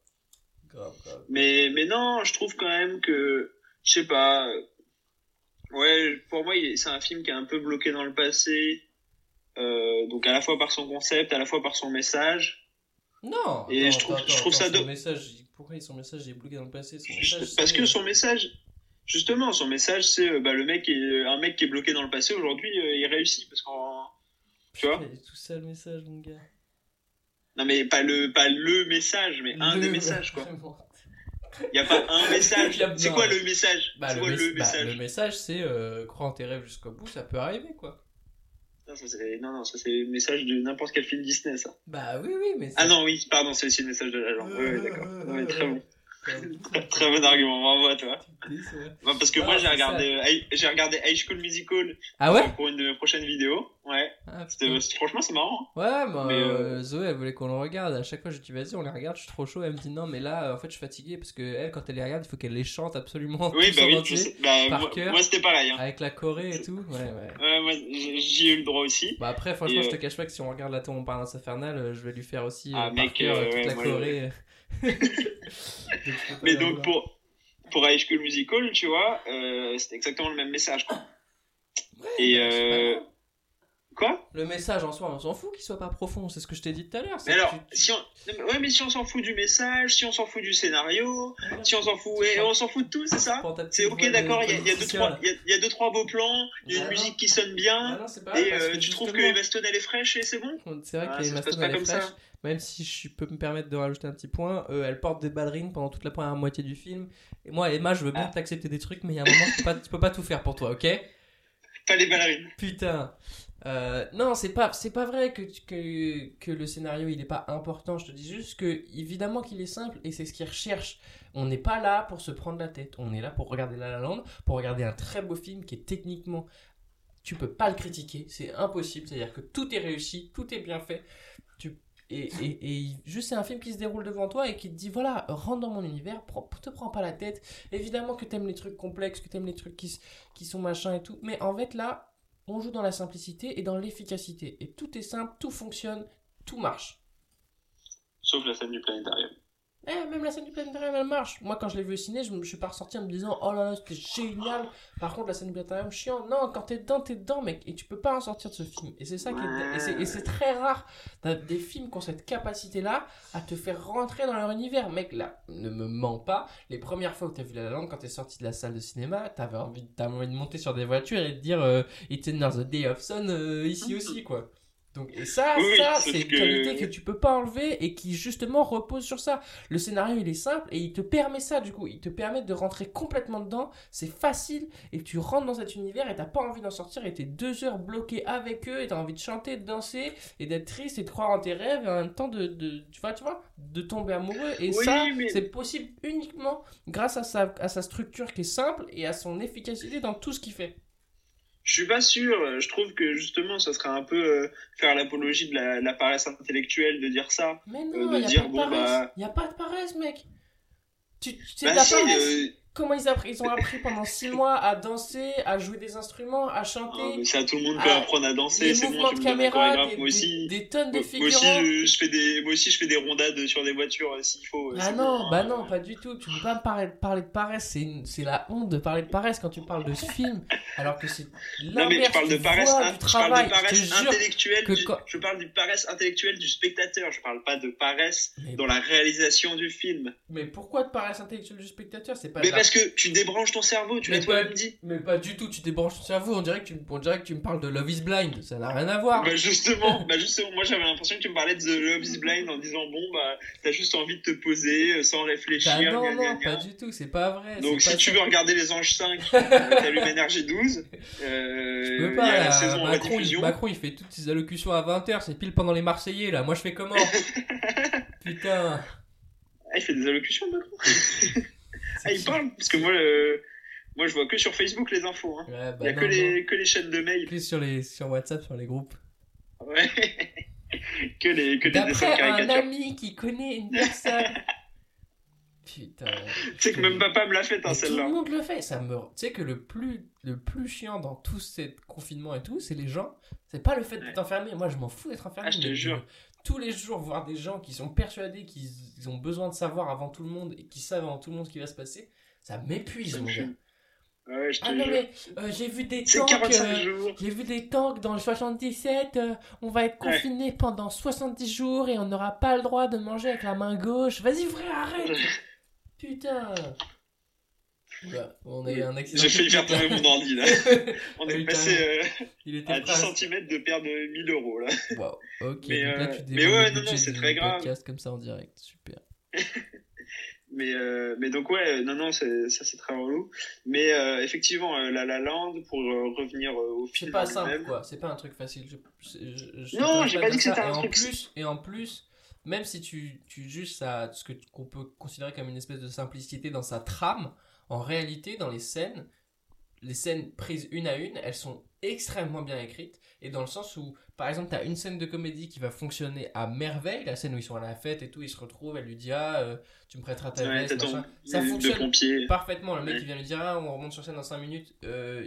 Speaker 5: Grave, grave.
Speaker 6: mais mais non je trouve quand même que je sais pas euh, ouais pour moi il est- c'est un film qui est un peu bloqué dans le passé euh, donc à la fois par son concept à la fois par son message
Speaker 5: Non
Speaker 6: Et je trouve- je trouve ça
Speaker 5: son
Speaker 6: do-
Speaker 5: message, il- Pourquoi son message il est bloqué dans le passé son
Speaker 6: Juste-
Speaker 5: message,
Speaker 6: parce
Speaker 5: c'est-
Speaker 6: que son message justement son message c'est euh, bah, le mec est un mec qui est bloqué dans le passé aujourd'hui euh, il réussit parce qu'en tu vois
Speaker 5: Putain, il est tout ça le message, mon gars.
Speaker 6: non mais pas le pas le message mais un
Speaker 5: Le-
Speaker 6: des messages quoi
Speaker 5: Vraiment.
Speaker 6: il y a pas un message
Speaker 5: Il y a-
Speaker 6: c'est
Speaker 5: non.
Speaker 6: quoi le message
Speaker 5: Bah,
Speaker 6: c'est
Speaker 5: le,
Speaker 6: quoi
Speaker 5: mes-
Speaker 6: le
Speaker 5: bah,
Speaker 6: message
Speaker 5: le message, c'est euh, crois en tes rêves jusqu'au bout, ça peut arriver, quoi.
Speaker 6: non, ça, c'est- non non ça c'est le message de n'importe quel film Disney ça
Speaker 5: Bah oui, oui, mais.
Speaker 6: ah
Speaker 5: c'est-
Speaker 6: non oui pardon c'est aussi le message de la langue ouais, ouais, d'accord
Speaker 5: Euh,
Speaker 6: Non, mais très bon
Speaker 5: Comme-
Speaker 6: très bon argument bravo à toi
Speaker 5: hein. Tu dis, c'est vrai.
Speaker 6: Bah, parce que
Speaker 5: Ah,
Speaker 6: moi j'ai
Speaker 5: c'est ça.
Speaker 6: regardé euh, High- j'ai regardé High School Musical
Speaker 5: Ah ouais
Speaker 6: euh, pour une de mes prochaines vidéos ouais
Speaker 5: Ah, putain.
Speaker 6: C'était- euh, c'est- franchement c'est marrant
Speaker 5: Ouais, bah,
Speaker 6: Mais, euh,
Speaker 5: euh, Zoé, elle voulait qu'on le regarde. À chaque fois, je dis vas-y, on les regarde, je suis trop chaud. Elle me dit non, mais là, euh, en fait, je suis fatiguée parce que elle, quand elle les regarde, il faut qu'elle les chante absolument.
Speaker 6: Oui,
Speaker 5: tous
Speaker 6: bah
Speaker 5: en
Speaker 6: oui,
Speaker 5: entier,
Speaker 6: je sais. Bah,
Speaker 5: par
Speaker 6: moi,
Speaker 5: cœur.
Speaker 6: moi, c'était pareil. Hein.
Speaker 5: Avec la Corée et tout. Ouais, ouais.
Speaker 6: Ouais, moi j- j'y ai eu le droit aussi.
Speaker 5: Bah après, franchement,
Speaker 6: Et,
Speaker 5: je te
Speaker 6: euh,
Speaker 5: cache pas que si on regarde la tombe en Parnasse infernale, euh, je vais lui faire aussi
Speaker 6: Ah,
Speaker 5: euh, par
Speaker 6: mec,
Speaker 5: cœur,
Speaker 6: euh,
Speaker 5: toute
Speaker 6: ouais,
Speaker 5: la
Speaker 6: moi,
Speaker 5: Corée.
Speaker 6: Mais donc pour pour High School Musical, tu vois, euh, c'était exactement le même message. Quoi. et
Speaker 5: bah,
Speaker 6: euh, quoi
Speaker 5: Le message en soi, on s'en fout qu'il soit pas profond, c'est ce que je t'ai dit tout à l'heure. c'est
Speaker 6: Mais
Speaker 5: que
Speaker 6: alors,
Speaker 5: tu-
Speaker 6: si on non, mais- ouais, mais si on s'en fout du message, si on s'en fout du scénario, si on s'en fout, ouais, on s'en fout de tout, c'est ça
Speaker 5: prends ta petite
Speaker 6: C'est ok,
Speaker 5: voix de
Speaker 6: d'accord. Il y, a- il y a deux
Speaker 5: politicien,
Speaker 6: trois,
Speaker 5: là.
Speaker 6: il y a- il y a deux trois beaux plans, il y a une
Speaker 5: Ah,
Speaker 6: musique qui sonne
Speaker 5: Ah
Speaker 6: bien.
Speaker 5: non, c'est pas
Speaker 6: Et
Speaker 5: parce
Speaker 6: euh,
Speaker 5: que
Speaker 6: tu trouves que
Speaker 5: justement-
Speaker 6: Emma Stone elle est fraîche et c'est bon
Speaker 5: C'est vrai
Speaker 6: Ah,
Speaker 5: que les
Speaker 6: ça se passe
Speaker 5: Maston,
Speaker 6: pas
Speaker 5: elle est
Speaker 6: comme ça.
Speaker 5: fraîche. Même si je peux me permettre de rajouter un petit point, euh, elle porte des ballerines pendant toute la première moitié du film. Et moi, Emma, je veux
Speaker 6: Ah.
Speaker 5: bien t'accepter des trucs, mais il y a un moment, tu peux, pas, tu peux pas tout faire pour toi, ok
Speaker 6: Pas les ballerines.
Speaker 5: Putain. Euh, non, c'est pas, c'est pas vrai que, que, que le scénario il est pas important. Je te dis juste que évidemment qu'il est simple et c'est ce qu'il recherche. On n'est pas là pour se prendre la tête. On est là pour regarder La La Land, pour regarder un très beau film qui est techniquement, tu peux pas le critiquer. C'est impossible. C'est-à-dire que tout est réussi, tout est bien fait. Tu et, et, et juste c'est un film qui se déroule devant toi et qui te dit voilà rentre dans mon univers prends- te prends pas la tête évidemment que t'aimes les trucs complexes que t'aimes les trucs qui, s- qui sont machin et tout mais en fait là on joue dans la simplicité et dans l'efficacité. Et tout est simple, tout fonctionne, tout marche.
Speaker 6: Sauf la scène du planétarium.
Speaker 5: Eh, même la scène du planétarium, elle marche. Moi, quand je l'ai vu au ciné, je, me- je suis pas ressorti en me disant Oh là là, c'était génial. Par contre, la scène du planétarium, chiant. Non, quand t'es dedans, t'es dedans, mec. Et tu peux pas en sortir de ce film. Et c'est ça qui est. et c'est- Et c'est très rare d'avoir des films qui ont cette capacité-là à te faire rentrer dans leur univers. Mec, là, ne me mens pas. Les premières fois que t'as vu La La Land, quand t'es sorti de la salle de cinéma, t'avais envie, t'avais envie de monter sur des voitures et de dire euh, It's another day of sun euh, ici aussi, quoi. Donc, et ça,
Speaker 6: Mm. Oui, oui,
Speaker 5: ça
Speaker 6: sauf
Speaker 5: c'est une
Speaker 6: que-
Speaker 5: qualité que tu peux pas enlever et qui justement repose sur ça. Le scénario, il est simple et il te permet ça, du coup. Il te permet de rentrer complètement dedans. C'est facile et tu rentres dans cet univers et t'as pas envie d'en sortir et t'es deux heures bloqué avec eux et t'as envie de chanter, de danser et d'être triste et de croire en tes rêves et en même temps de, de tu vois, tu vois, de tomber amoureux. Et
Speaker 6: Oui,
Speaker 5: ça,
Speaker 6: mais-
Speaker 5: c'est possible uniquement grâce à sa, à sa structure qui est simple et à son efficacité dans tout ce qu'il fait.
Speaker 6: Je suis pas sûr. euh, Je trouve que justement, ça serait un peu euh, faire l'apologie de la, la paresse intellectuelle de dire ça.
Speaker 5: Mais
Speaker 6: Euh,
Speaker 5: non,
Speaker 6: de
Speaker 5: il y a
Speaker 6: dire,
Speaker 5: pas de
Speaker 6: bon,
Speaker 5: paresse.
Speaker 6: bah-
Speaker 5: Y a pas de paresse, mec. Tu, tu- c'est
Speaker 6: Bah
Speaker 5: de la
Speaker 6: si,
Speaker 5: paresse.
Speaker 6: euh,
Speaker 8: Comment ils, appri- ils ont appris pendant six mois à danser, à jouer des instruments, à
Speaker 6: Ah,
Speaker 8: chanter,
Speaker 6: mais ça, tout le monde peut
Speaker 8: Ah,
Speaker 6: apprendre à danser.
Speaker 8: des
Speaker 6: C'est
Speaker 8: mouvements
Speaker 6: bon, tu
Speaker 8: de
Speaker 6: me donnes un
Speaker 8: caméra,
Speaker 6: chorégraphe.
Speaker 8: des,
Speaker 6: Moi aussi,
Speaker 8: des- des tonnes de
Speaker 6: moi moi aussi,
Speaker 8: figurants.
Speaker 6: je, je fais des, moi aussi, je fais des rondades sur des voitures euh, s'il faut. euh,
Speaker 5: Ah
Speaker 6: c'est
Speaker 5: non,
Speaker 6: bon.
Speaker 5: bah non, pas du tout. Tu peux pas me parler, parler de paresse. C'est, une- c'est la honte de parler de paresse quand tu parles de ce film. Alors que c'est
Speaker 6: Non, mais
Speaker 5: l'inverse
Speaker 6: je parle de
Speaker 5: du
Speaker 6: paresse,
Speaker 5: voile,
Speaker 6: in-
Speaker 5: du
Speaker 6: je parle
Speaker 5: travail.
Speaker 6: de
Speaker 5: Je
Speaker 6: paresse
Speaker 5: te jure.
Speaker 6: intellectuelle.
Speaker 5: que
Speaker 6: du-
Speaker 5: quand-
Speaker 6: Je parle du paresse intellectuelle du spectateur. Je parle pas de paresse
Speaker 5: Mais,
Speaker 6: dans la réalisation du film.
Speaker 5: mais pourquoi de paresse intellectuelle du spectateur C'est pas
Speaker 6: Mais
Speaker 5: de la-
Speaker 6: parce que tu débranches ton cerveau, tu
Speaker 5: Mais
Speaker 6: l'as
Speaker 5: pas-
Speaker 6: toi-même dit.
Speaker 5: mais pas du tout. Tu débranches ton cerveau. On dirait que tu, me- on dirait que tu me parles de Love is Blind. Ça n'a rien à voir.
Speaker 6: Bah justement, bah justement, moi j'avais l'impression que tu me parlais de The Love is Blind en disant bon bah t'as juste envie de te poser euh, sans
Speaker 5: Bah
Speaker 6: réfléchir.
Speaker 5: non,
Speaker 6: gna, gna,
Speaker 5: non, pas
Speaker 6: gna.
Speaker 5: du tout. C'est pas vrai.
Speaker 6: Donc
Speaker 5: c'est
Speaker 6: si
Speaker 5: pas
Speaker 6: tu
Speaker 5: ça.
Speaker 6: veux regarder les Anges 5, euh, t'allumes énergie 12.
Speaker 5: Je
Speaker 6: Euh,
Speaker 5: peux
Speaker 6: il y
Speaker 5: pas,
Speaker 6: a la
Speaker 5: là.
Speaker 6: saison en
Speaker 5: Macron, il,
Speaker 6: rediffusion.
Speaker 5: Macron, il fait toutes ses allocutions à 20h, c'est pile pendant les Marseillais là, moi je fais comment Putain,
Speaker 6: Ah, il fait des allocutions Macron.
Speaker 5: c'est
Speaker 6: Ah, il
Speaker 5: qui
Speaker 6: parle parce que moi euh, moi je vois que sur Facebook les infos. Hein.
Speaker 5: Ouais, bah
Speaker 6: Il y a
Speaker 5: non,
Speaker 6: que
Speaker 5: non.
Speaker 6: les que les chaînes de mail.
Speaker 5: Plus sur, les, sur WhatsApp, sur les groupes.
Speaker 6: Ouais. que les que les dessins de
Speaker 5: D'après un
Speaker 6: caricature.
Speaker 5: ami qui connaît une personne. Putain.
Speaker 6: Tu sais que même papa me l'a fait hein,
Speaker 5: Mais tout
Speaker 6: celle-là.
Speaker 5: le monde le fait, ça me. Tu sais que le plus, le plus chiant dans tout ce confinement et tout, c'est les gens. C'est pas le fait d'être enfermé. Moi, je m'en fous d'être enfermé.
Speaker 6: Ah, je te
Speaker 5: mais
Speaker 6: jure.
Speaker 5: Tous les jours, voir des gens qui sont persuadés qu'ils ils ont besoin de savoir avant tout le monde et qui savent avant tout le monde ce qui va se passer, ça m'épuise,
Speaker 6: Ça me
Speaker 5: mon
Speaker 6: fume.
Speaker 5: gars.
Speaker 6: Ouais, je te
Speaker 5: Ah non,
Speaker 6: jure.
Speaker 5: mais euh, j'ai vu des
Speaker 6: C'est
Speaker 5: tanks.
Speaker 6: 45
Speaker 5: euh,
Speaker 6: jours.
Speaker 5: j'ai vu des tanks dans le 77, euh, on va être
Speaker 6: Ouais.
Speaker 5: confiné pendant 70 jours et on n'aura pas le droit de manger avec la main gauche. Vas-y frère, arrête Putain Oula, On a eu un accident.
Speaker 6: J'ai failli faire tomber mon ordi là. On est
Speaker 5: Putain.
Speaker 6: passé euh,
Speaker 5: Il était
Speaker 6: à 10
Speaker 5: presque.
Speaker 6: cm de perdre 1000 euros là.
Speaker 5: Wow, ok.
Speaker 6: Mais,
Speaker 5: donc là,
Speaker 6: euh,
Speaker 5: tu
Speaker 6: mais
Speaker 5: dévoiles
Speaker 6: ouais,
Speaker 5: le
Speaker 6: non,
Speaker 5: budget
Speaker 6: non, c'est
Speaker 5: du
Speaker 6: très grave.
Speaker 5: podcast comme ça en direct. Super.
Speaker 6: Mais, euh, mais donc ouais, euh, non, non, c'est- ça c'est très relou. Mais euh, effectivement, euh, La La Land, pour euh, revenir euh, au film
Speaker 5: C'est pas
Speaker 6: en lui-même,
Speaker 5: simple, quoi. C'est pas un truc facile. Je- je- je- je
Speaker 6: Non,
Speaker 5: te
Speaker 6: j'ai
Speaker 5: parle
Speaker 6: pas
Speaker 5: de
Speaker 6: dit que
Speaker 5: ça.
Speaker 6: c'était
Speaker 5: et
Speaker 6: un
Speaker 5: en
Speaker 6: truc-
Speaker 5: Plus, et en plus, même si tu, tu juges ça, ce que tu- qu'on peut considérer comme une espèce de simplicité dans sa trame, en réalité, dans les scènes, les scènes prises une à une, elles sont extrêmement bien écrites. Et dans le sens où, par exemple, t'as une scène de comédie qui va fonctionner à merveille, la scène où ils sont à la fête et tout, ils se retrouvent, elle lui dit Ah, euh, tu me prêteras ta
Speaker 6: ouais,
Speaker 5: veste,
Speaker 6: t'as ton
Speaker 5: machin. Ça
Speaker 6: euh, de
Speaker 5: fonctionne
Speaker 6: pompier.
Speaker 5: parfaitement. Le mec
Speaker 6: Ouais.
Speaker 5: il vient me dire ah, on remonte sur scène dans 5 minutes. Euh,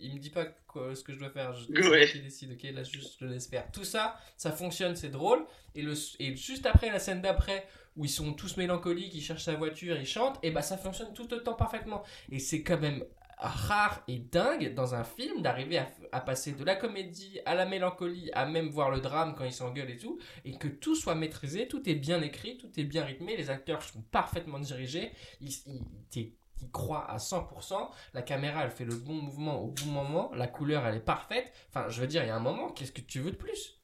Speaker 5: il me dit pas quoi- ce que je dois faire. Je,
Speaker 6: Ouais.
Speaker 5: c'est moi qui décide. Ok, là juste je le laisse faire. Tout ça, ça fonctionne, c'est drôle. Et le et juste après la scène d'après où ils sont tous mélancoliques, ils cherchent sa voiture, ils chantent, et bah ça fonctionne tout le temps parfaitement. Et c'est quand même rare et dingue dans un film d'arriver à, à passer de la comédie à la mélancolie, à même voir le drame quand ils s'engueulent et tout, et que tout soit maîtrisé, tout est bien écrit, tout est bien rythmé, les acteurs sont parfaitement dirigés, ils, ils, t'es- t'y croient à 100%, la caméra elle fait le bon mouvement au bon moment, la couleur elle est parfaite, enfin je veux dire, il y a un moment, qu'est-ce que tu veux de plus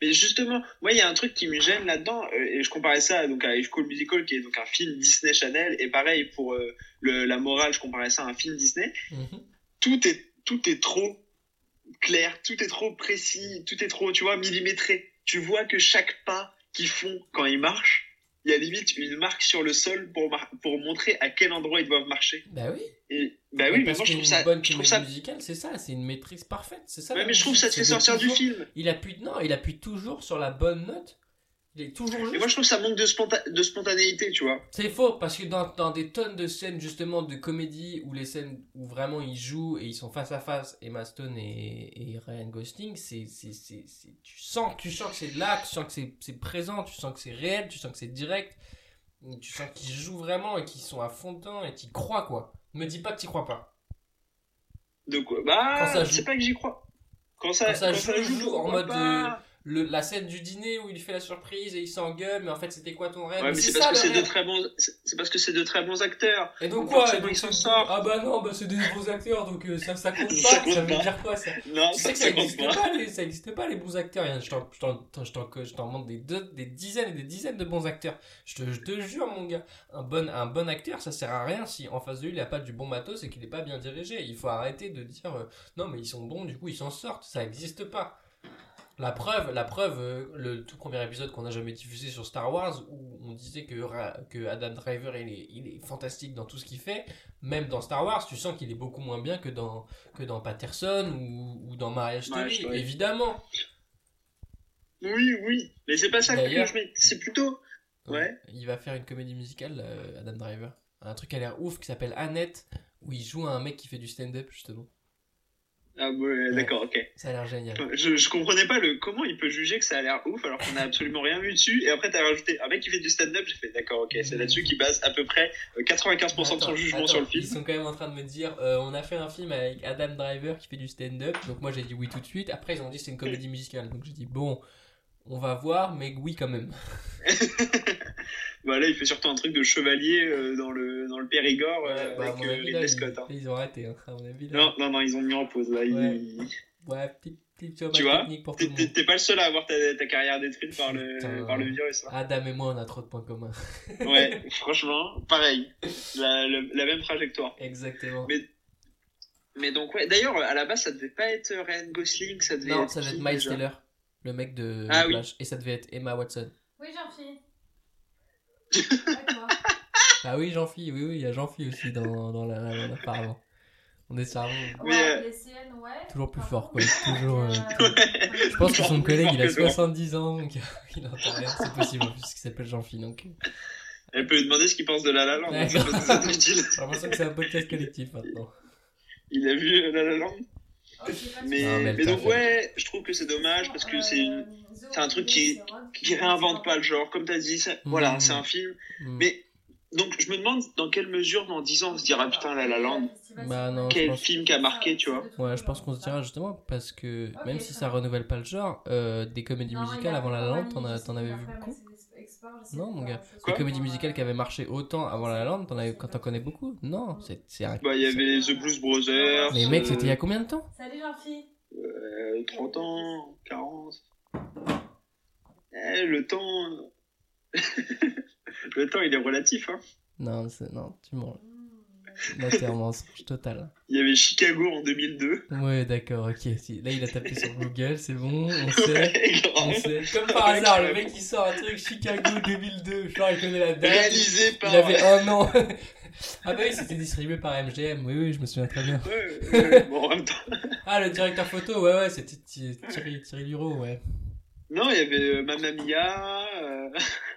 Speaker 6: Mais justement, moi, il y a un truc qui me gêne là-dedans, euh, et je comparais ça donc, à High School Musical, qui est donc un film Disney Channel, et pareil, pour euh, le, la morale, je comparais ça à un film Disney. tout est tout est trop clair, tout est trop précis, tout est trop, tu vois, millimétré. Tu vois que chaque pas qu'ils font quand ils marchent, il y a limite une marque sur le sol pour mar- pour montrer à quel endroit ils doivent marcher.
Speaker 5: Bah oui
Speaker 6: Et bah oui, mais
Speaker 5: parce
Speaker 6: moi je
Speaker 5: qu'une
Speaker 6: trouve ça,
Speaker 5: bonne
Speaker 6: je
Speaker 5: comédie
Speaker 6: trouve ça,
Speaker 5: musicale, c'est ça, c'est une maîtrise parfaite, c'est ça.
Speaker 6: ouais,
Speaker 5: la
Speaker 6: mais je trouve que
Speaker 5: musique,
Speaker 6: ça te fait
Speaker 5: c'est de
Speaker 6: sortir du
Speaker 5: toujours-
Speaker 6: film.
Speaker 5: Il appuie non, il appuie toujours sur la bonne note. Il est toujours
Speaker 6: Et
Speaker 5: juste.
Speaker 6: moi je trouve que ça manque de, sponta- de spontanéité, tu vois.
Speaker 5: C'est faux parce que dans, dans des tonnes de scènes justement de comédie où les scènes où vraiment ils jouent et ils sont face à face Emma Stone et, et Ryan Gosling, c'est c'est c'est c'est- tu sens tu sens que c'est de là, tu sens que c'est c'est présent, tu sens que c'est réel, tu sens que c'est direct, tu sens qu'ils jouent vraiment et qu'ils sont à fond dedans et qu'ils croient quoi. Me dis pas que tu crois pas.
Speaker 6: De quoi
Speaker 5: Quand ça
Speaker 6: Bah,
Speaker 5: joue.
Speaker 6: c'est pas que j'y crois. Quand ça,
Speaker 5: Quand ça joue, joue en
Speaker 6: pourquoi
Speaker 5: mode, euh,
Speaker 6: pas
Speaker 5: Le, la scène du dîner où il lui fait la surprise et il s'engueule, mais en fait c'était quoi ton rêve
Speaker 6: Ouais,
Speaker 5: Mais
Speaker 6: mais c'est
Speaker 5: ça,
Speaker 6: parce que
Speaker 5: le
Speaker 6: c'est de
Speaker 5: rêve.
Speaker 6: très bons, c'est c'est parce que c'est de très bons acteurs.
Speaker 5: Et donc
Speaker 6: Donc
Speaker 5: quoi
Speaker 6: forcément,
Speaker 5: Et donc,
Speaker 6: ils s'en
Speaker 5: tu te dis,
Speaker 6: sortent.
Speaker 5: Ah bah non, bah c'est des bons acteurs, donc euh, ça, ça compte pas.
Speaker 6: Ça
Speaker 5: Ça,
Speaker 6: compte
Speaker 5: veut
Speaker 6: pas.
Speaker 5: dire quoi ça
Speaker 6: Non,
Speaker 5: Tu sais
Speaker 6: ça,
Speaker 5: que ça
Speaker 6: ça compte
Speaker 5: n'existe
Speaker 6: pas.
Speaker 5: pas, les- ça existe pas les bons acteurs. Yann. Je t'en- je t'en- je t'en je t'en montre des, deux- des dizaines et des dizaines de bons acteurs. Je te, je te jure, mon gars, un bon, un bon acteur, ça sert à rien si en face de lui, il a pas du bon matos et qu'il n'est pas bien dirigé. Il faut arrêter de dire euh, non, mais ils sont bons, du coup ils s'en sortent. Ça n'existe pas. La preuve, la preuve, euh, le tout premier épisode qu'on n'a jamais diffusé sur Star Wars où on disait que, Ra- que Adam Driver il est, il est fantastique dans tout ce qu'il fait, même dans Star Wars, tu sens qu'il est beaucoup moins bien que dans que dans Patterson ou, ou dans Marriage
Speaker 6: Ouais,
Speaker 5: Story,
Speaker 6: je- ouais.
Speaker 5: évidemment.
Speaker 6: Oui, oui, mais c'est pas ça que
Speaker 5: D'ailleurs-
Speaker 6: je mets. C'est plutôt. Ouais.
Speaker 5: Il va faire une comédie musicale, euh, Adam Driver. un truc à l'air ouf qui s'appelle Annette, où il joue à un mec qui fait du stand-up, justement.
Speaker 6: Ah ouais, d'accord, ok.
Speaker 5: Ça a l'air génial.
Speaker 6: Je, je comprenais pas le comment il peut juger que ça a l'air ouf alors qu'on a absolument rien vu dessus. Et après, t'as rajouté un mec qui fait du stand-up. J'ai fait d'accord, ok, c'est là-dessus qu'il base à peu près euh, 95% de son
Speaker 5: Attends,
Speaker 6: jugement
Speaker 5: attends,
Speaker 6: sur le
Speaker 5: Ils
Speaker 6: film.
Speaker 5: sont quand même en train de me dire euh, on a fait un film avec Adam Driver qui fait du stand-up. Donc moi j'ai dit oui tout de suite. Après ils ont dit c'est une comédie musicale. Donc j'ai dit bon, on va voir, mais oui quand même.
Speaker 6: Bah là, il fait surtout un truc de chevalier euh, dans, le, dans le Périgord euh,
Speaker 5: Bah, à
Speaker 6: avec
Speaker 5: mon
Speaker 6: euh,
Speaker 5: avis, là,
Speaker 6: Ridley
Speaker 5: ils,
Speaker 6: Scott. hein.
Speaker 5: ils ont arrêté. hein, à mon avis, là.
Speaker 6: Non, non, non, ils ont mis en pause. Là,
Speaker 5: Ouais.
Speaker 6: Ils-
Speaker 5: Ouais, petit, petit
Speaker 6: Tu
Speaker 5: chômage
Speaker 6: vois
Speaker 5: technique pour tout
Speaker 6: t'es-
Speaker 5: le
Speaker 6: t'es-
Speaker 5: monde.
Speaker 6: T'es pas le seul à avoir ta, ta carrière détruite par le,
Speaker 5: Putain.
Speaker 6: par le virus. hein.
Speaker 5: Adam et moi on a trop de points communs.
Speaker 6: Ouais, franchement, pareil. La- le- la même trajectoire.
Speaker 5: Exactement.
Speaker 6: Mais- Mais donc, ouais. D'ailleurs, à la base, ça devait pas être Ryan Gosling, ça devait
Speaker 5: Non,
Speaker 6: être.
Speaker 5: ça devait
Speaker 6: qui,
Speaker 5: être Miles
Speaker 6: déjà
Speaker 5: Taylor, le mec de
Speaker 6: Ah
Speaker 5: de
Speaker 6: oui.
Speaker 5: Flash. Et ça devait être Emma Watson.
Speaker 7: Oui, jean philippe À toi.
Speaker 5: Ah oui, Jean-Phi, oui, oui, il y a Jean-Phi aussi dans, dans la, la, la- apparemment. On est sur un monde
Speaker 6: Mais,
Speaker 7: Ouais,
Speaker 6: euh,
Speaker 7: les siennes, ouais.
Speaker 5: toujours plus
Speaker 7: Par
Speaker 5: fort, quoi.
Speaker 7: contre,
Speaker 5: Toujours.
Speaker 7: euh,
Speaker 5: euh,
Speaker 7: ouais.
Speaker 5: Je pense que son
Speaker 6: Toujours plus
Speaker 5: collègue,
Speaker 6: fort
Speaker 5: il a
Speaker 6: que toi.
Speaker 5: 70 ans, donc il entend rien, c'est possible, en plus, qu'il s'appelle Jean-Phi, donc.
Speaker 6: Elle peut lui demander ce qu'il pense de La La Land.
Speaker 5: Ouais,
Speaker 6: hein, ça peut
Speaker 5: grave.
Speaker 6: nous être utile.
Speaker 5: J'ai l'impression que c'est un podcast collectif maintenant.
Speaker 6: Il a vu euh, La La Land.
Speaker 7: Oh, je sais pas si
Speaker 6: Mais,
Speaker 5: Non, Ah, mais
Speaker 6: mais,
Speaker 5: elle
Speaker 6: donc,
Speaker 5: t'a fait.
Speaker 6: ouais, je trouve que c'est dommage parce que c'est une...
Speaker 7: Euh,
Speaker 6: c'est un truc qui-
Speaker 7: Zorro,
Speaker 6: qui réinvente pas le genre. Comme t'as dit, ça...
Speaker 5: Mm.
Speaker 6: voilà, c'est un film.
Speaker 5: Hmm.
Speaker 6: Mais donc, je me demande dans quelle mesure, dans 10 ans, on se dira putain, La La Land,
Speaker 5: Bah non, je
Speaker 6: quel
Speaker 5: pense-
Speaker 6: film qui a marqué, tu vois.
Speaker 5: Ouais, je pense qu'on se dira justement, parce que
Speaker 7: Ok,
Speaker 5: même si
Speaker 7: ça
Speaker 5: ça
Speaker 7: va.
Speaker 5: renouvelle pas le genre, euh, des comédies
Speaker 7: Non, il a
Speaker 5: musicales avant La La Land,
Speaker 7: Company,
Speaker 5: t'en as-
Speaker 7: je sais
Speaker 5: t'en
Speaker 7: qu'il
Speaker 5: avais
Speaker 7: a
Speaker 5: vu
Speaker 7: fait
Speaker 5: beaucoup
Speaker 7: Mercedes Export, je sais
Speaker 5: Non, mon
Speaker 7: pas,
Speaker 5: gars.
Speaker 7: je sais
Speaker 5: Des
Speaker 7: pas.
Speaker 5: comédies musicales qui avaient marché autant avant La La Land, t'en, avais-
Speaker 7: Je sais
Speaker 5: t'en
Speaker 7: pas.
Speaker 5: connais beaucoup Non, c'est, c'est un...
Speaker 6: bah, il y avait The Blues Brothers.
Speaker 5: Mais mec, c'était il y a combien de temps
Speaker 7: Salut, Jean-Phi.
Speaker 6: euh, 30 ans, 40. Eh, le temps. euh, le temps, il est relatif. Hein.
Speaker 5: Non, c'est... non, tu mens.
Speaker 7: Mmh,
Speaker 5: Là, t'es un mensonge total.
Speaker 6: Il y avait Chicago en 2002.
Speaker 5: Ouais, d'accord, ok. si- Là, il a tapé sur Google, c'est bon, on sait. On
Speaker 6: Grave.
Speaker 5: sait. Comme par hasard, le mec il sort un truc Chicago 2002, genre il connaît la date,
Speaker 6: Réalisé
Speaker 5: il
Speaker 6: par.
Speaker 5: avait un an. Ah bah oui, c'était distribué par MGM, oui, oui, je me souviens très bien.
Speaker 6: euh, Ouais, ouais, bon, en même temps.
Speaker 5: Ah, le directeur photo, ouais, ouais, c'était Thi- Thierry, Thierry Luro, ouais.
Speaker 6: Non, il y avait euh, Mamma Mia. euh,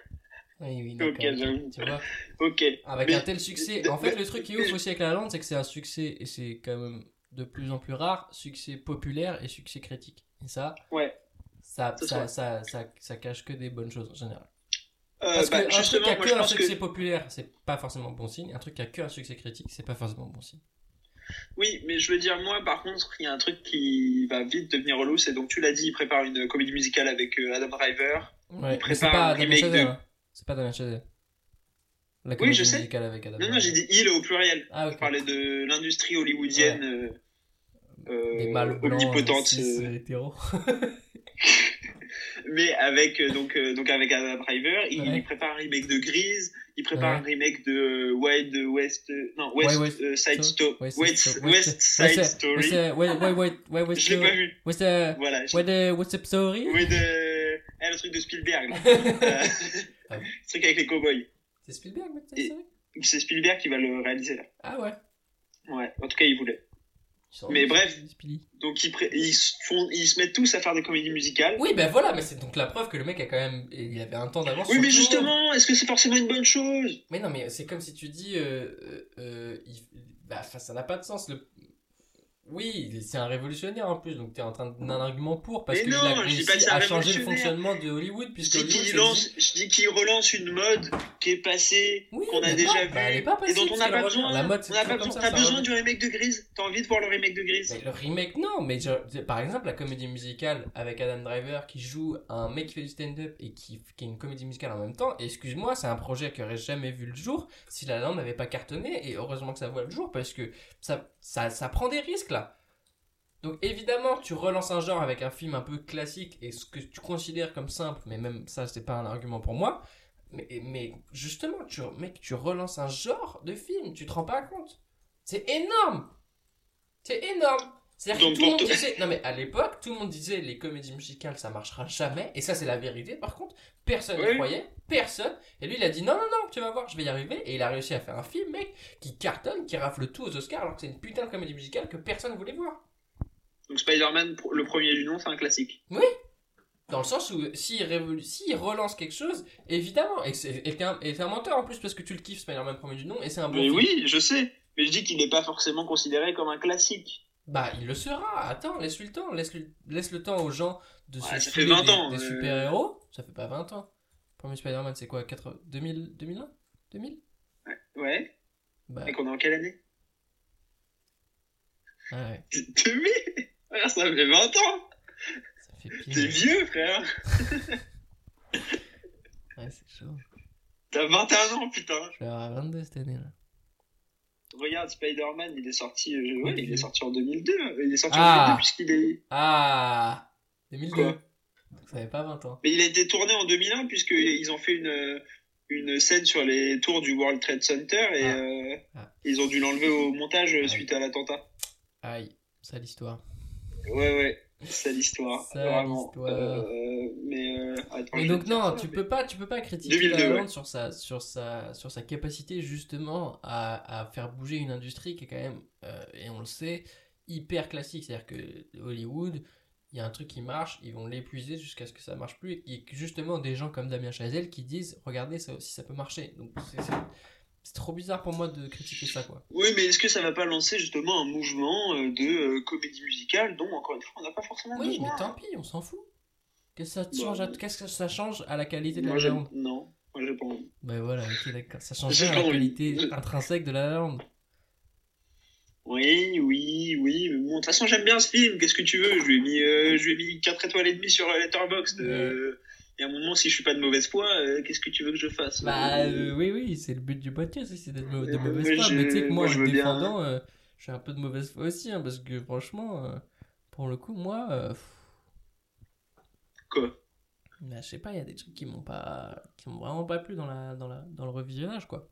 Speaker 5: Oui, oui,
Speaker 6: Ok,
Speaker 5: d'accord.
Speaker 6: j'avoue.
Speaker 5: Tu vois,
Speaker 6: Ok. Euh,
Speaker 5: avec
Speaker 6: Mais-
Speaker 5: un tel succès. En fait, le truc qui est ouf aussi avec La La Land, c'est que c'est un succès, et c'est quand même de plus en plus rare, succès populaire et succès critique. Et ça,
Speaker 6: Ouais.
Speaker 5: ça,
Speaker 6: Ça,
Speaker 5: ça,
Speaker 6: ouais.
Speaker 5: ça, ça, ça cache que des bonnes choses en général.
Speaker 6: Euh,
Speaker 5: Parce
Speaker 6: bah,
Speaker 5: que un truc
Speaker 6: justement,
Speaker 5: qui a
Speaker 6: moi,
Speaker 5: que
Speaker 6: je
Speaker 5: un
Speaker 6: pense que.
Speaker 5: succès populaire, c'est pas forcément bon signe. Un truc qui a que un succès critique, c'est pas forcément bon signe.
Speaker 6: Oui, mais je veux dire, moi, par contre, il y a un truc qui va vite devenir relou. C'est donc, tu l'as dit, il prépare une comédie musicale avec euh, Adam Driver.
Speaker 5: Ouais,
Speaker 6: prépare
Speaker 5: mais c'est pas
Speaker 6: un
Speaker 5: Damien
Speaker 6: remake
Speaker 5: Chazelle.
Speaker 6: de-
Speaker 5: hein. C'est pas Damien Chazelle. La
Speaker 6: Oui, je
Speaker 5: comédie
Speaker 6: sais.
Speaker 5: musicale avec Adam.
Speaker 6: Non, non, j'ai dit il au pluriel.
Speaker 5: Ah,
Speaker 6: Je
Speaker 5: ok.
Speaker 6: parlais de l'industrie hollywoodienne. euh, euh,
Speaker 5: Des mâles blancs.
Speaker 6: omnipotente,
Speaker 5: euh, cis,
Speaker 6: euh,
Speaker 5: euh, hétéros.
Speaker 6: mais avec euh, donc euh, donc avec Adam Driver, il,
Speaker 5: Ouais.
Speaker 6: il prépare un remake de Grease, il prépare
Speaker 5: Ouais.
Speaker 6: un remake de euh, Wild West, euh, non West,
Speaker 5: Ouais, West
Speaker 6: euh, Side Story,
Speaker 5: West
Speaker 6: West,
Speaker 5: Side Sto-
Speaker 6: West
Speaker 5: Ouais,
Speaker 6: Side
Speaker 5: c'est- ouais,
Speaker 6: Story.
Speaker 5: c'est- ouais, ouais, ouais, ouais, ouais,
Speaker 6: Je l'ai
Speaker 5: c'est-
Speaker 6: pas vu.
Speaker 5: ouais, c'est-
Speaker 6: Voilà. je-
Speaker 5: ouais, de- What's up, sorry?
Speaker 6: Ouais, de... ah, le truc de Spielberg. là. Euh,
Speaker 5: Ah bon
Speaker 6: le truc avec les cowboys.
Speaker 5: C'est Spielberg, What's up,
Speaker 6: Et-
Speaker 5: sorry?
Speaker 6: C'est Spielberg qui va le réaliser là.
Speaker 5: Ah ouais.
Speaker 6: Ouais. En tout cas, il voulait.
Speaker 5: Ils sont-
Speaker 6: Mais bref.
Speaker 5: Spilly.
Speaker 6: Donc ils, pré- ils se font, ils se mettent tous à faire des comédies musicales.
Speaker 5: Oui, ben voilà, mais c'est donc la preuve que le mec a quand même. Il avait un temps d'avance.
Speaker 6: Oui,
Speaker 5: sur
Speaker 6: mais
Speaker 5: tout le monde.
Speaker 6: justement, est-ce que c'est forcément une bonne chose
Speaker 5: Mais non, mais c'est comme si tu dis. euh, euh, euh, il- bah, enfin, ça n'a pas de sens. Le... Oui, il- c'est un révolutionnaire en plus, donc tu es en train d'un argument pour parce
Speaker 6: Mais
Speaker 5: qu'il a
Speaker 6: non, je dis pas que
Speaker 5: réussi
Speaker 6: c'est un
Speaker 5: à changer le
Speaker 6: révolutionnaire.
Speaker 5: fonctionnement de Hollywood
Speaker 6: Je
Speaker 5: puisque
Speaker 6: dis
Speaker 5: Hollywood
Speaker 6: qu'il
Speaker 5: s'est
Speaker 6: lance,
Speaker 5: dit-
Speaker 6: je dis qu'il relance une mode qui est passée,
Speaker 5: Oui,
Speaker 6: qu'on a
Speaker 5: mais
Speaker 6: déjà
Speaker 5: non, bah, elle est
Speaker 6: vue,
Speaker 5: pas passée,
Speaker 6: et dont on n'a
Speaker 5: puisqu'elle
Speaker 6: pas
Speaker 5: revient.
Speaker 6: besoin.
Speaker 5: La mode, c'est
Speaker 6: on n'a
Speaker 5: toujours
Speaker 6: pas
Speaker 5: comme
Speaker 6: besoin.
Speaker 5: ça, ça
Speaker 6: T'as besoin
Speaker 5: revient.
Speaker 6: du remake de Grise T'as envie de voir le remake de Grise
Speaker 5: Mais le remake, non, mais je- par exemple, la comédie musicale avec Adam Driver qui joue un mec qui fait du stand-up et qui, qui est une comédie musicale en même temps, et excuse-moi, c'est un projet qui aurait jamais vu le jour si la lande n'avait pas cartonné, et heureusement que ça voit le jour parce que ça, ça, ça prend des risques là. Donc évidemment, tu relances un genre avec un film un peu classique et ce que tu considères comme simple, mais même ça, c'est pas un argument pour moi. Mais, mais justement, tu, mec, tu relances un genre de film, tu te rends pas compte. C'est énorme! C'est énorme! C'est-à-dire que
Speaker 6: Donc,
Speaker 5: tout le
Speaker 6: pour
Speaker 5: monde
Speaker 6: toi-
Speaker 5: disait. Non, mais à l'époque, tout le monde disait les comédies musicales ça marchera jamais. Et ça, c'est la vérité par contre. Personne n'y
Speaker 6: Oui.
Speaker 5: croyait. Personne. Et lui, il a dit non, non, non, tu vas voir, je vais y arriver. Et il a réussi à faire un film, mec, qui cartonne, qui rafle tout aux Oscars alors que c'est une putain de comédie musicale que personne voulait voir.
Speaker 6: Donc Spider-Man, pr- le premier du nom, c'est un classique.
Speaker 5: Oui. Dans le sens où s'il révolu- s'il relance quelque chose, évidemment, et c'est et t'es un, et t'es un menteur en plus parce que tu le kiffes, Spider-Man premier du nom, et c'est un Ah, bon
Speaker 6: Mais
Speaker 5: film.
Speaker 6: oui, je sais. Mais je dis qu'il n'est pas forcément considéré comme un classique.
Speaker 5: Bah, il le sera. Attends, laisse-lui le temps. Laisse, laisse le temps aux gens de se
Speaker 6: Ouais, ça
Speaker 5: filer
Speaker 6: fait 20
Speaker 5: des,
Speaker 6: ans,
Speaker 5: des
Speaker 6: euh.
Speaker 5: super-héros. Ça fait pas 20 ans. Premier Spider-Man, c'est quoi 80... 2000 2001 2000
Speaker 6: Ouais.
Speaker 5: Bah,
Speaker 6: Et qu'on est en quelle année
Speaker 5: ouais,
Speaker 6: 2000 Frère, Ah, ça fait 20 ans
Speaker 5: ça fait
Speaker 6: T'es
Speaker 5: pire.
Speaker 6: vieux, frère
Speaker 5: Ouais, c'est chaud.
Speaker 6: T'as 21 ans, putain
Speaker 5: Je vais avoir 22 cette année, là.
Speaker 6: Regarde, Spider-Man, il est sorti... euh, ouais, il est sorti en 2002. Il est sorti
Speaker 5: Ah.
Speaker 6: en 2002 puisqu'il est...
Speaker 5: Ah 2002.
Speaker 6: Quoi
Speaker 5: Donc ça fait pas 20 ans.
Speaker 6: Mais il a été tourné en 2001 puisqu'ils ont fait une... Une scène sur les tours du World Trade Center et
Speaker 5: Ah.
Speaker 6: euh,
Speaker 5: Ah.
Speaker 6: ils ont dû l'enlever au montage euh,
Speaker 5: Ah.
Speaker 6: suite à l'attentat.
Speaker 5: Aïe, ça l'histoire.
Speaker 6: Ouais, ouais, c'est l'histoire.
Speaker 5: Sale
Speaker 6: Vraiment.
Speaker 5: histoire.
Speaker 6: Euh, mais euh, attends.
Speaker 5: Mais
Speaker 6: je
Speaker 5: donc
Speaker 6: vais te dire
Speaker 5: non,
Speaker 6: ça,
Speaker 5: tu
Speaker 6: mais-
Speaker 5: peux pas, tu peux pas critiquer
Speaker 6: 2002,
Speaker 5: la
Speaker 6: ouais.
Speaker 5: Hollande sur sa, sur sa, sur sa capacité justement à, à faire bouger une industrie qui est quand même, euh, et on le sait, hyper classique. C'est-à-dire que Hollywood, il y a un truc qui marche, ils vont l'épuiser jusqu'à ce que ça marche plus. Et que justement des gens comme Damien Chazelle qui disent, regardez ça aussi, ça peut marcher. Donc c'est- c'est- c'est trop bizarre pour moi de critiquer ça quoi.
Speaker 6: Oui, mais est-ce que ça va pas lancer justement un mouvement euh, de euh, comédie musicale dont, encore une fois, on n'a pas forcément
Speaker 5: Oui, mais
Speaker 6: besoin
Speaker 5: tant pis, on s'en fout. Qu'est-ce que ça te
Speaker 6: Bah,
Speaker 5: change à- Qu'est-ce que ça change à la qualité de
Speaker 6: Moi,
Speaker 5: la
Speaker 6: j'ai-
Speaker 5: Hollande
Speaker 6: Non, moi j'ai pas envie.
Speaker 5: Ben voilà, ok, d'accord. Ça change
Speaker 6: J'ai
Speaker 5: rien à
Speaker 6: pas
Speaker 5: la
Speaker 6: envie.
Speaker 5: qualité
Speaker 6: Je-
Speaker 5: intrinsèque de la lande.
Speaker 6: Oui, oui, oui. Mais bon, de toute façon, j'aime bien ce film. Qu'est-ce que tu veux Je lui ai mis, euh, je lui ai mis 4 étoiles et demie sur euh, Letterboxd. euh, Et à un moment, si je suis pas de mauvaise foi, euh, qu'est-ce que tu veux que je fasse
Speaker 5: Bah
Speaker 6: Euh,
Speaker 5: euh, oui, oui, c'est le but du podcast, c'est d'être mau- de
Speaker 6: Euh,
Speaker 5: mauvaise
Speaker 6: mais
Speaker 5: foi.
Speaker 6: je-
Speaker 5: Mais tu sais que moi,
Speaker 6: moi,
Speaker 5: en
Speaker 6: je
Speaker 5: le
Speaker 6: veux bien.
Speaker 5: défendant, euh, je suis un peu de mauvaise foi aussi, hein, parce que franchement, euh, pour le coup, moi, euh, pff,
Speaker 6: Quoi
Speaker 5: bah, je sais pas, il y a des trucs qui m'ont pas, qui m'ont vraiment pas plu dans la, dans la, dans le revisionnage, quoi.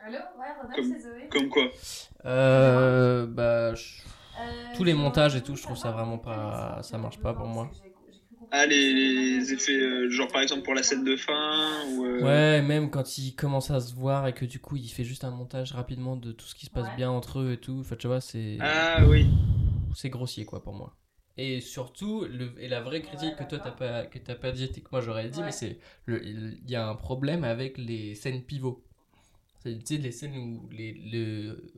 Speaker 7: Allô Ouais, Rodolphe,
Speaker 6: Comme-
Speaker 7: c'est Zoé.
Speaker 6: Comme quoi
Speaker 5: Euh, bah, je-
Speaker 7: Euh,
Speaker 5: tous les
Speaker 7: je voulais
Speaker 5: montages et
Speaker 7: juste
Speaker 5: tout, je trouve ça
Speaker 7: savoir
Speaker 5: vraiment
Speaker 7: pourquoi
Speaker 5: pas-
Speaker 7: les
Speaker 5: ça
Speaker 7: sorties
Speaker 5: marche
Speaker 7: de
Speaker 5: pas
Speaker 7: Blanc,
Speaker 5: pour moi.
Speaker 7: parce que j'ai- j'ai compris
Speaker 6: Ah, les,
Speaker 7: que
Speaker 6: les
Speaker 7: c'était
Speaker 6: effets, euh, genre par exemple pour la scène de fin ou. euh,
Speaker 5: ouais, même quand ils commencent à se voir et que du coup, il fait juste un montage rapidement de tout ce qui se passe
Speaker 7: Ouais.
Speaker 5: bien entre eux et tout. Enfin, tu vois, c'est.
Speaker 6: Ah oui.
Speaker 5: c'est grossier quoi pour moi. Et surtout, le, et la vraie critique que toi t'as pas, que t'as pas dit et que moi j'aurais dit,
Speaker 7: Ouais.
Speaker 5: mais c'est, le- il y a un problème avec les scènes pivots. C'est tu sais, les scènes où les, le,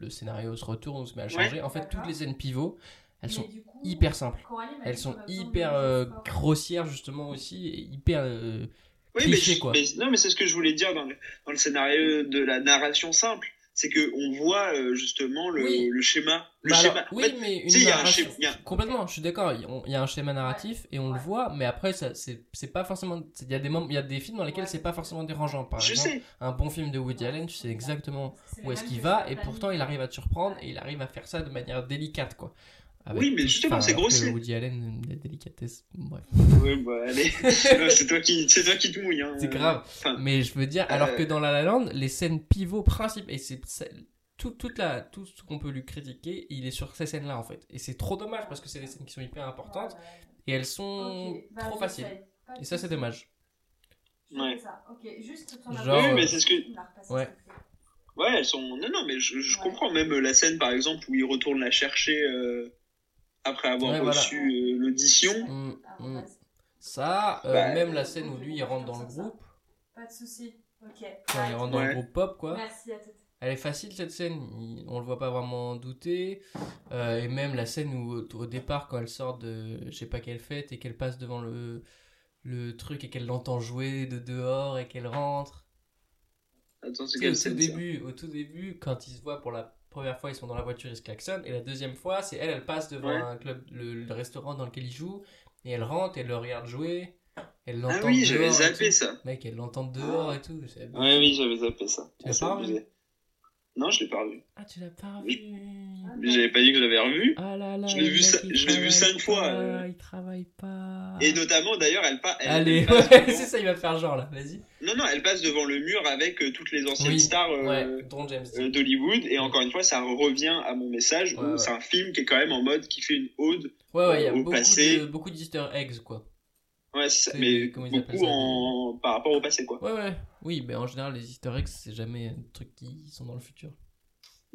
Speaker 5: le scénario se retourne, ou se met à changer. En fait, toutes les scènes pivots, elles
Speaker 7: Mais
Speaker 5: sont
Speaker 7: du coup,
Speaker 5: hyper simples.
Speaker 7: Coralie m'a dit
Speaker 5: Elles
Speaker 7: qu'on
Speaker 5: sont
Speaker 7: avait besoin de
Speaker 5: hyper
Speaker 7: manger
Speaker 5: euh,
Speaker 7: fort.
Speaker 5: grossières justement aussi, et hyper... euh,
Speaker 6: Oui,
Speaker 5: cliché,
Speaker 6: mais, je-
Speaker 5: quoi.
Speaker 6: mais- non, mais c'est ce que je voulais dire dans le, dans le scénario de la narration simple, c'est que on voit euh, justement le,
Speaker 5: Oui.
Speaker 6: le schéma, le
Speaker 5: Bah alors,
Speaker 6: schéma.
Speaker 5: oui,
Speaker 6: En fait,
Speaker 5: mais une
Speaker 6: tu sais, il y a un
Speaker 5: narration-
Speaker 6: schéma- il y a-
Speaker 5: Complètement, je suis d'accord. il y- on- Il y a un schéma narratif et on le
Speaker 7: Ouais.
Speaker 5: voit, mais après, ça, c'est, c'est pas forcément. c'est- Il y, a des moments- il y a des films dans lesquels
Speaker 7: Ouais.
Speaker 5: c'est pas forcément dérangeant. Par
Speaker 6: je
Speaker 5: exemple,
Speaker 6: sais.
Speaker 5: un bon film de Woody Allen, tu sais exactement où est-ce qu'il va et pourtant il arrive à te surprendre et il arrive à faire ça de manière délicate, quoi.
Speaker 6: Oui, mais justement,
Speaker 5: enfin,
Speaker 6: c'est
Speaker 5: alors que
Speaker 6: grossier.
Speaker 5: Woody Allen, la délicatesse, bref.
Speaker 6: Ouais, bah, allez. Non, c'est toi qui, c'est toi qui te mouille. Hein.
Speaker 5: C'est grave.
Speaker 6: Enfin, euh,
Speaker 5: Mais je veux dire, alors que dans La La Land, les scènes pivots principales, et c'est c'est- tout, toute la, tout ce qu'on peut lui critiquer, il est sur ces scènes-là en fait. Et c'est trop dommage parce que c'est des scènes qui sont hyper importantes et elles sont
Speaker 7: Ok, bah,
Speaker 5: trop
Speaker 7: je
Speaker 5: faciles.
Speaker 7: sais. Pas de
Speaker 5: Et ça, c'est
Speaker 7: soucis.
Speaker 5: dommage.
Speaker 7: Je fais
Speaker 6: Ouais.
Speaker 7: ça, ok. Juste ton
Speaker 5: Genre,
Speaker 7: appel.
Speaker 5: Oui, mais euh,
Speaker 6: c'est ce que-
Speaker 7: Tu me la repasses,
Speaker 5: Ouais.
Speaker 7: s'il te plaît.
Speaker 6: ouais, elles sont. Non, non, mais je, je
Speaker 7: Ouais.
Speaker 6: comprends même euh, la scène par exemple où il retourne la chercher euh, après avoir
Speaker 5: Ouais, voilà.
Speaker 6: reçu euh, l'audition.
Speaker 5: Mm,
Speaker 7: Ah,
Speaker 5: mm.
Speaker 7: vas-y.
Speaker 5: Ça, euh,
Speaker 6: Bah,
Speaker 5: même la scène où lui il rentre dans le groupe,
Speaker 7: Pas de soucis. Ok.
Speaker 5: quand il rentre dans le
Speaker 6: Ouais.
Speaker 5: groupe pop quoi,
Speaker 7: Merci à toi.
Speaker 5: elle est facile cette scène, Il- on le voit pas vraiment douter. Euh, et même la scène où au- au départ quand elle sort de je sais pas quelle fête et qu'elle passe devant le, le truc et qu'elle l'entend jouer de dehors et qu'elle rentre.
Speaker 6: Attends, c'est
Speaker 5: Tu sais,
Speaker 6: quelle
Speaker 5: au tout
Speaker 6: scène ça
Speaker 5: début, au tout début, quand ils se voient pour la première fois, ils sont dans la voiture, ils se klaxonnent, et la deuxième fois, c'est elle, elle passe devant
Speaker 6: Ouais.
Speaker 5: un club, le, le restaurant dans lequel ils jouent, et elle rentre, elle le regarde jouer, elle l'entend
Speaker 6: Ah oui, j'avais
Speaker 5: dehors et
Speaker 6: zappé
Speaker 5: tout.
Speaker 6: ça.
Speaker 5: Mec, elle l'entend dehors et tout. c'est-
Speaker 6: Ouais, oui, j'avais zappé ça.
Speaker 5: Tu l'as
Speaker 6: Ça,
Speaker 5: euh, pas revu
Speaker 6: abusé. Non, je l'ai pas revu.
Speaker 5: Ah, tu l'as pas vu.
Speaker 6: Mais J'avais pas dit que je l'avais revu.
Speaker 5: Ah là là.
Speaker 6: Je l'ai
Speaker 5: le
Speaker 6: vu
Speaker 5: mec,
Speaker 6: cin-
Speaker 5: il
Speaker 6: je l'ai vu
Speaker 5: travaille
Speaker 6: cinq fois,
Speaker 5: pas,
Speaker 6: euh.
Speaker 5: Il travaille pas.
Speaker 6: Et notamment, d'ailleurs, elle, pa- elle,
Speaker 5: Ah. Allez,
Speaker 6: elle passe
Speaker 5: ouais,
Speaker 6: devant-
Speaker 5: c'est ça, il va faire genre là, vas-y.
Speaker 6: Non, non, elle passe devant le mur avec euh, toutes les anciennes
Speaker 5: Oui,
Speaker 6: stars euh,
Speaker 5: ouais, Don James. Dean.
Speaker 6: euh, d'Hollywood. Et
Speaker 5: Mm.
Speaker 6: encore une fois, ça revient à mon message
Speaker 5: Ouais,
Speaker 6: où
Speaker 5: ouais.
Speaker 6: c'est un film qui est quand même en mode qui fait une ode.
Speaker 5: ouais, ouais, il y a
Speaker 6: au
Speaker 5: beaucoup,
Speaker 6: passé.
Speaker 5: de, beaucoup d'easter eggs, quoi.
Speaker 6: Ouais, c'est ça.
Speaker 5: C'est-
Speaker 6: mais
Speaker 5: comment ils appellent
Speaker 6: beaucoup
Speaker 5: ça,
Speaker 6: en... par rapport au passé, quoi.
Speaker 5: Ouais, ouais. Oui, mais en général, les easter eggs, c'est jamais un truc qui sont dans le futur.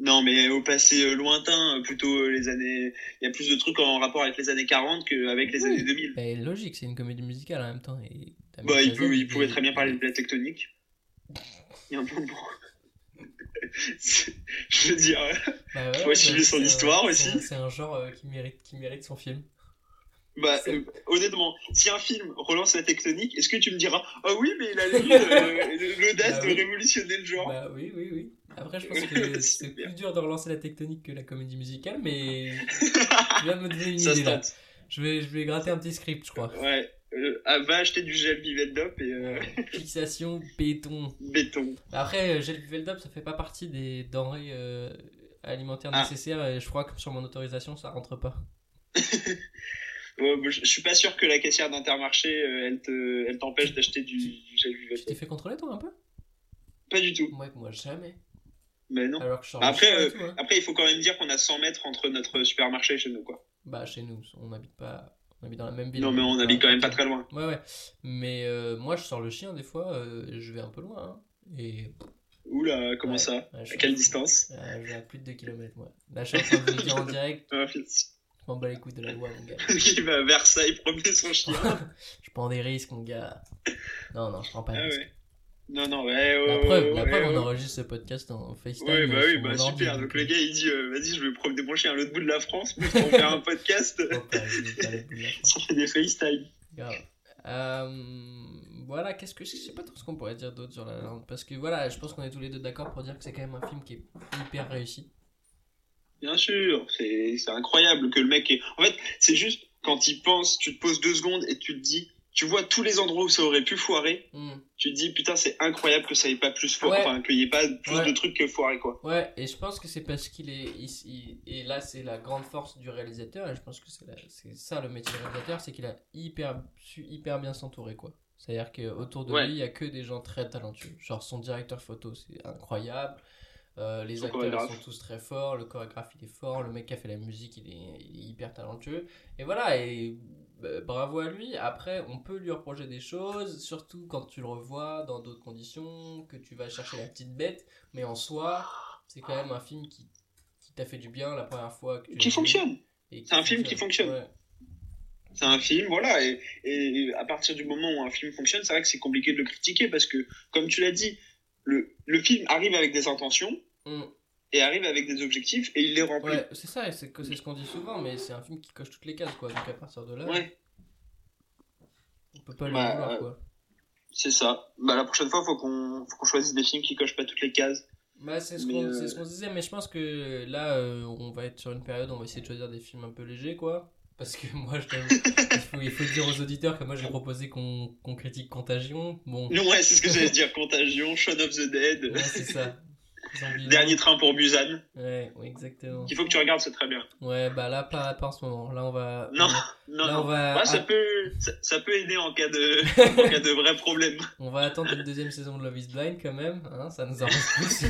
Speaker 6: Non, mais au passé euh, lointain, euh, plutôt euh, les années. Il y a plus de trucs en rapport avec les années 40 qu'avec les
Speaker 5: Oui.
Speaker 6: années 2000.
Speaker 5: Mais logique, c'est une comédie musicale en même temps. Et t'as mis
Speaker 6: Bah, il,
Speaker 5: Chazelle,
Speaker 6: peut, il
Speaker 5: et-
Speaker 6: pouvait très bien parler de plaques tectoniques. Il y a un moment. C'est- Je veux dire, euh,
Speaker 5: Bah ouais,
Speaker 6: Faut assumer
Speaker 5: c'est
Speaker 6: son
Speaker 5: un-
Speaker 6: histoire
Speaker 5: c'est
Speaker 6: aussi.
Speaker 5: un- C'est un genre euh, qui, mérite, qui mérite son film.
Speaker 6: bah,
Speaker 5: C'est-
Speaker 6: euh, honnêtement, si un film relance la tectonique, est-ce que tu me diras Ah oui, mais il a eu euh, l'audace
Speaker 5: Bah
Speaker 6: de
Speaker 5: oui.
Speaker 6: révolutionner le genre
Speaker 5: Bah oui, oui, oui. Après, je pense que c'est plus dur de relancer la tectonique que la comédie musicale, mais tu viens de me donner une
Speaker 6: Ça se
Speaker 5: idée là.
Speaker 6: tente.
Speaker 5: Je vais, je vais gratter un petit script, je crois.
Speaker 6: Ouais. Euh, ah, va acheter du gel Biveldop et euh,
Speaker 5: Euh, fixation, béton.
Speaker 6: béton.
Speaker 5: Après, euh, gel Viveldop, ça fait pas partie des denrées euh, alimentaires
Speaker 6: Ah.
Speaker 5: nécessaires et je crois que sur mon autorisation, ça rentre pas.
Speaker 6: Ouais, Euh, moi, je je suis pas sûr que la caissière d'Intermarché, euh, elle te, elle t'empêche d'acheter du, du gel
Speaker 5: Tu t'es
Speaker 6: Biveldop.
Speaker 5: fait contrôler toi un peu
Speaker 6: Pas du tout.
Speaker 5: Moi, moi jamais.
Speaker 6: Mais non.
Speaker 5: Alors que je sors
Speaker 6: Après,
Speaker 5: le soir
Speaker 6: euh,
Speaker 5: et tout, hein.
Speaker 6: Après, il faut quand même dire qu'on a 100 mètres entre notre supermarché et chez nous, quoi.
Speaker 5: Bah chez nous, on n'habite pas, on habite dans la même ville.
Speaker 6: non, mais on habite quand même pas très loin.
Speaker 5: Ouais, ouais. Mais euh, moi, je sors le chien des fois, euh, je vais un peu loin. hein. Et
Speaker 6: Oula, comment
Speaker 5: Ouais,
Speaker 6: ça
Speaker 5: ouais, je
Speaker 6: À
Speaker 5: suis-
Speaker 6: quelle distance
Speaker 5: Euh, J'ai à plus de 2 km, moi. La chance, je vous le dire en direct,
Speaker 6: Euh,
Speaker 5: je m'en bats les couilles de la loi, mon gars.
Speaker 6: Il va à Versailles promener son chien.
Speaker 5: je prends des risques, mon gars. Non, non, je prends pas de
Speaker 6: Ah
Speaker 5: risques.
Speaker 6: ouais. Non, non, ouais, ouais.
Speaker 5: La
Speaker 6: ouais,
Speaker 5: preuve,
Speaker 6: ouais,
Speaker 5: la preuve,
Speaker 6: ouais,
Speaker 5: on enregistre ce podcast en FaceTime.
Speaker 6: Ouais, bah
Speaker 5: euh,
Speaker 6: oui,
Speaker 5: sur
Speaker 6: bah
Speaker 5: mon ordi,
Speaker 6: super. Donc le
Speaker 5: euh,
Speaker 6: gars, il dit euh, Vas-y, je vais prendre mon chien à l'autre bout de la France pour faire un podcast.
Speaker 5: faut Oh, pas- faut pas aller plus loin, je pense.
Speaker 6: Ça fait des FaceTime.
Speaker 5: Grave. Euh, voilà, qu'est-ce que je sais pas trop ce qu'on pourrait dire d'autre sur la La Land parce que voilà, je pense qu'on est tous les deux d'accord pour dire que c'est quand même un film qui est hyper réussi.
Speaker 6: Bien sûr, c'est c'est incroyable que le mec ait... En fait, c'est juste quand il pense, tu te poses deux secondes et tu te dis, tu vois tous les endroits où ça aurait pu foirer,
Speaker 5: Hmm.
Speaker 6: tu te dis putain c'est incroyable que ça ait pas plus foiré,
Speaker 5: Ouais.
Speaker 6: enfin qu'il y ait pas plus
Speaker 5: Ouais.
Speaker 6: de trucs que foiré quoi.
Speaker 5: Ouais, et je pense que c'est parce qu'il est ici. Et là, c'est la grande force du réalisateur. Et je pense que c'est la- c'est ça le métier du réalisateur c'est qu'il a hyper, su hyper bien s'entourer, quoi. C'est-à-dire qu'autour de
Speaker 6: Ouais.
Speaker 5: lui, il y a que des gens très talentueux. Genre son directeur photo, c'est incroyable. Euh, les
Speaker 6: Son
Speaker 5: acteurs ils
Speaker 6: chorégraphe.
Speaker 5: sont tous très forts. Le chorégraphe, il est fort. Le mec qui a fait la musique, il est, il est hyper talentueux. Et voilà, et euh, bravo à lui. Après, on peut lui reprocher des choses, surtout quand tu le revois dans d'autres conditions, que tu vas chercher la petite bête. Mais en soi, c'est quand même un film qui, qui t'a fait du bien la première fois. Que tu l'as
Speaker 6: Qui
Speaker 5: vu
Speaker 6: fonctionne.
Speaker 5: et qui
Speaker 6: C'est un film qui fonctionne.
Speaker 5: Ouais.
Speaker 6: C'est un film, voilà, et, et à partir du moment où un film fonctionne, c'est vrai que c'est compliqué de le critiquer parce que, comme tu l'as dit, le, le film arrive avec des intentions
Speaker 5: Mm.
Speaker 6: et arrive avec des objectifs et il les remplit.
Speaker 5: Ouais, c'est ça, et c'est que- c'est ce qu'on dit souvent, mais c'est un film qui coche toutes les cases, quoi. Donc à partir de là,
Speaker 6: ouais.
Speaker 5: on peut pas lui
Speaker 6: Bah,
Speaker 5: vouloir,
Speaker 6: ouais.
Speaker 5: quoi.
Speaker 6: C'est ça. Bah, la prochaine fois, faut qu'on faut qu'on choisisse des films qui cochent pas toutes les cases.
Speaker 5: Bah, c'est ce
Speaker 6: Mais,
Speaker 5: qu'on
Speaker 6: euh,
Speaker 5: c'est ce qu'on se disait, mais je pense que là, euh, on va être sur une période où on va essayer de choisir des films un peu légers, quoi. Parce que moi, je t'avoue, il, faut, il faut dire aux auditeurs que moi, j'ai proposé qu'on qu'on critique Contagion. Bon,
Speaker 6: Ouais, c'est ce que j'allais dire. Contagion, Shaun of the Dead,
Speaker 5: ouais, c'est ça. Zombieland.
Speaker 6: Dernier train pour Busan.
Speaker 5: Ouais, ouais, exactement.
Speaker 6: Il faut que tu regardes, c'est très bien.
Speaker 5: Ouais, bah là, pas, pas en ce moment. Là, on va.
Speaker 6: Non,
Speaker 5: on-
Speaker 6: Non,
Speaker 5: là, on
Speaker 6: non.
Speaker 5: va,
Speaker 6: Ouais, ça peut ça, ça peut aider en cas de en cas de vrai problème.
Speaker 5: on va attendre une deuxième saison de Love is Blind quand même. Hein, ça nous arrange plus.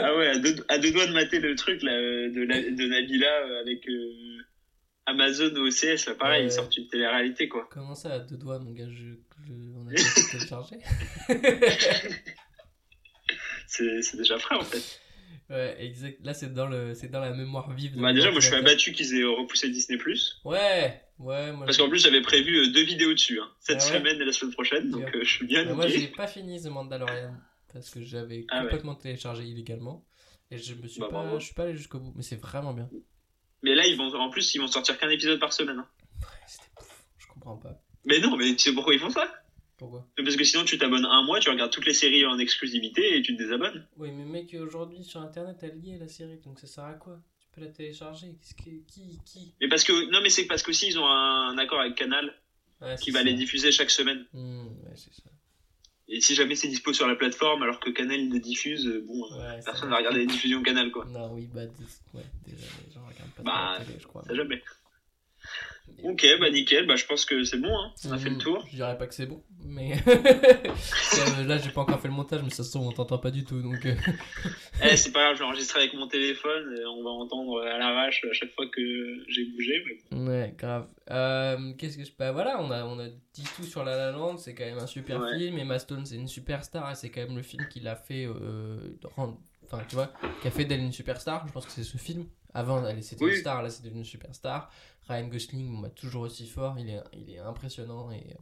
Speaker 6: Ah ouais, à deux, à deux doigts de mater le truc là euh, de la- de Nabila euh, avec euh, Amazon au CS là, pareil,
Speaker 5: Ouais.
Speaker 6: ils sortent une télé-réalité quoi.
Speaker 5: Comment ça, à deux doigts, mon gars je, je- On a pas téléchargé
Speaker 6: C'est c'est déjà frais en fait.
Speaker 5: Ouais, exact. Là, c'est dans, le... c'est dans la mémoire vive. de
Speaker 6: Bah, déjà,
Speaker 5: notre
Speaker 6: moi je suis
Speaker 5: ordinateur.
Speaker 6: abattu qu'ils aient repoussé Disney
Speaker 5: Ouais, ouais, moi,
Speaker 6: parce
Speaker 5: j'ai-
Speaker 6: qu'en plus j'avais prévu euh, deux vidéos dessus hein, cette
Speaker 5: Ah ouais
Speaker 6: semaine et la semaine prochaine, donc euh, je suis bien
Speaker 5: Mais bah, moi,
Speaker 6: niqué.
Speaker 5: j'ai pas fini The Mandalorian parce que j'avais
Speaker 6: Ah ouais.
Speaker 5: complètement téléchargé illégalement et je me suis
Speaker 6: Bah,
Speaker 5: pas,
Speaker 6: bravo.
Speaker 5: je suis pas allé jusqu'au bout. Mais c'est vraiment bien.
Speaker 6: Mais là, ils vont, en plus, ils vont sortir qu'un épisode par semaine. hein.
Speaker 5: C'était pouf, je comprends pas
Speaker 6: Mais non, mais tu sais pourquoi ils font ça
Speaker 5: pourquoi.
Speaker 6: Parce que sinon, tu t'abonnes un mois, tu regardes toutes les séries en exclusivité et tu te désabonnes.
Speaker 5: Oui, mais mec, aujourd'hui sur internet, elle y est la série, donc ça sert à quoi Tu peux la télécharger. Qu'est-ce que qui qui
Speaker 6: Mais parce que, non, mais c'est parce qu'aussi, ils ont un accord avec Canal
Speaker 5: Ouais, c'est
Speaker 6: qui va
Speaker 5: ça.
Speaker 6: les diffuser chaque semaine.
Speaker 5: Hmm, ouais, c'est ça.
Speaker 6: Et si jamais c'est dispo sur la plateforme, alors que Canal il les diffuse, euh, bon, euh,
Speaker 5: Ouais, ça
Speaker 6: personne
Speaker 5: va.
Speaker 6: va regarder les diffusions Canal, quoi.
Speaker 5: Non, oui, bah, d- ouais, déjà, les gens regardent pas
Speaker 6: Bah,
Speaker 5: trop la télé, je crois.
Speaker 6: Ça jamais.
Speaker 5: Mais-
Speaker 6: Ok, bah nickel, bah je pense que c'est bon, hein. On a fait le
Speaker 5: Hmm,
Speaker 6: tour.
Speaker 5: Je dirais pas que c'est bon, mais Euh, là j'ai pas encore fait le montage, mais ça se trouve on t'entend pas du tout, donc euh,
Speaker 6: Eh, c'est pas grave, je vais enregistrer avec mon téléphone, et on va entendre à l'arrache à chaque fois que j'ai bougé. mais bon.
Speaker 5: Ouais, grave. Euh, Qu'est-ce que je. Bah voilà, on a, on a dit tout sur La La Land, c'est quand même un super
Speaker 6: Ouais.
Speaker 5: film. Emma Stone, c'est une superstar, et c'est quand même le film qui l'a fait euh, rendre- enfin tu vois, qui a fait d'elle une superstar, je pense que c'est ce film. Avant, elle c'était
Speaker 6: Oui.
Speaker 5: une star, là c'est devenu une superstar. Ryan Gosling, bon, bah, toujours aussi fort, il est, il est impressionnant et euh,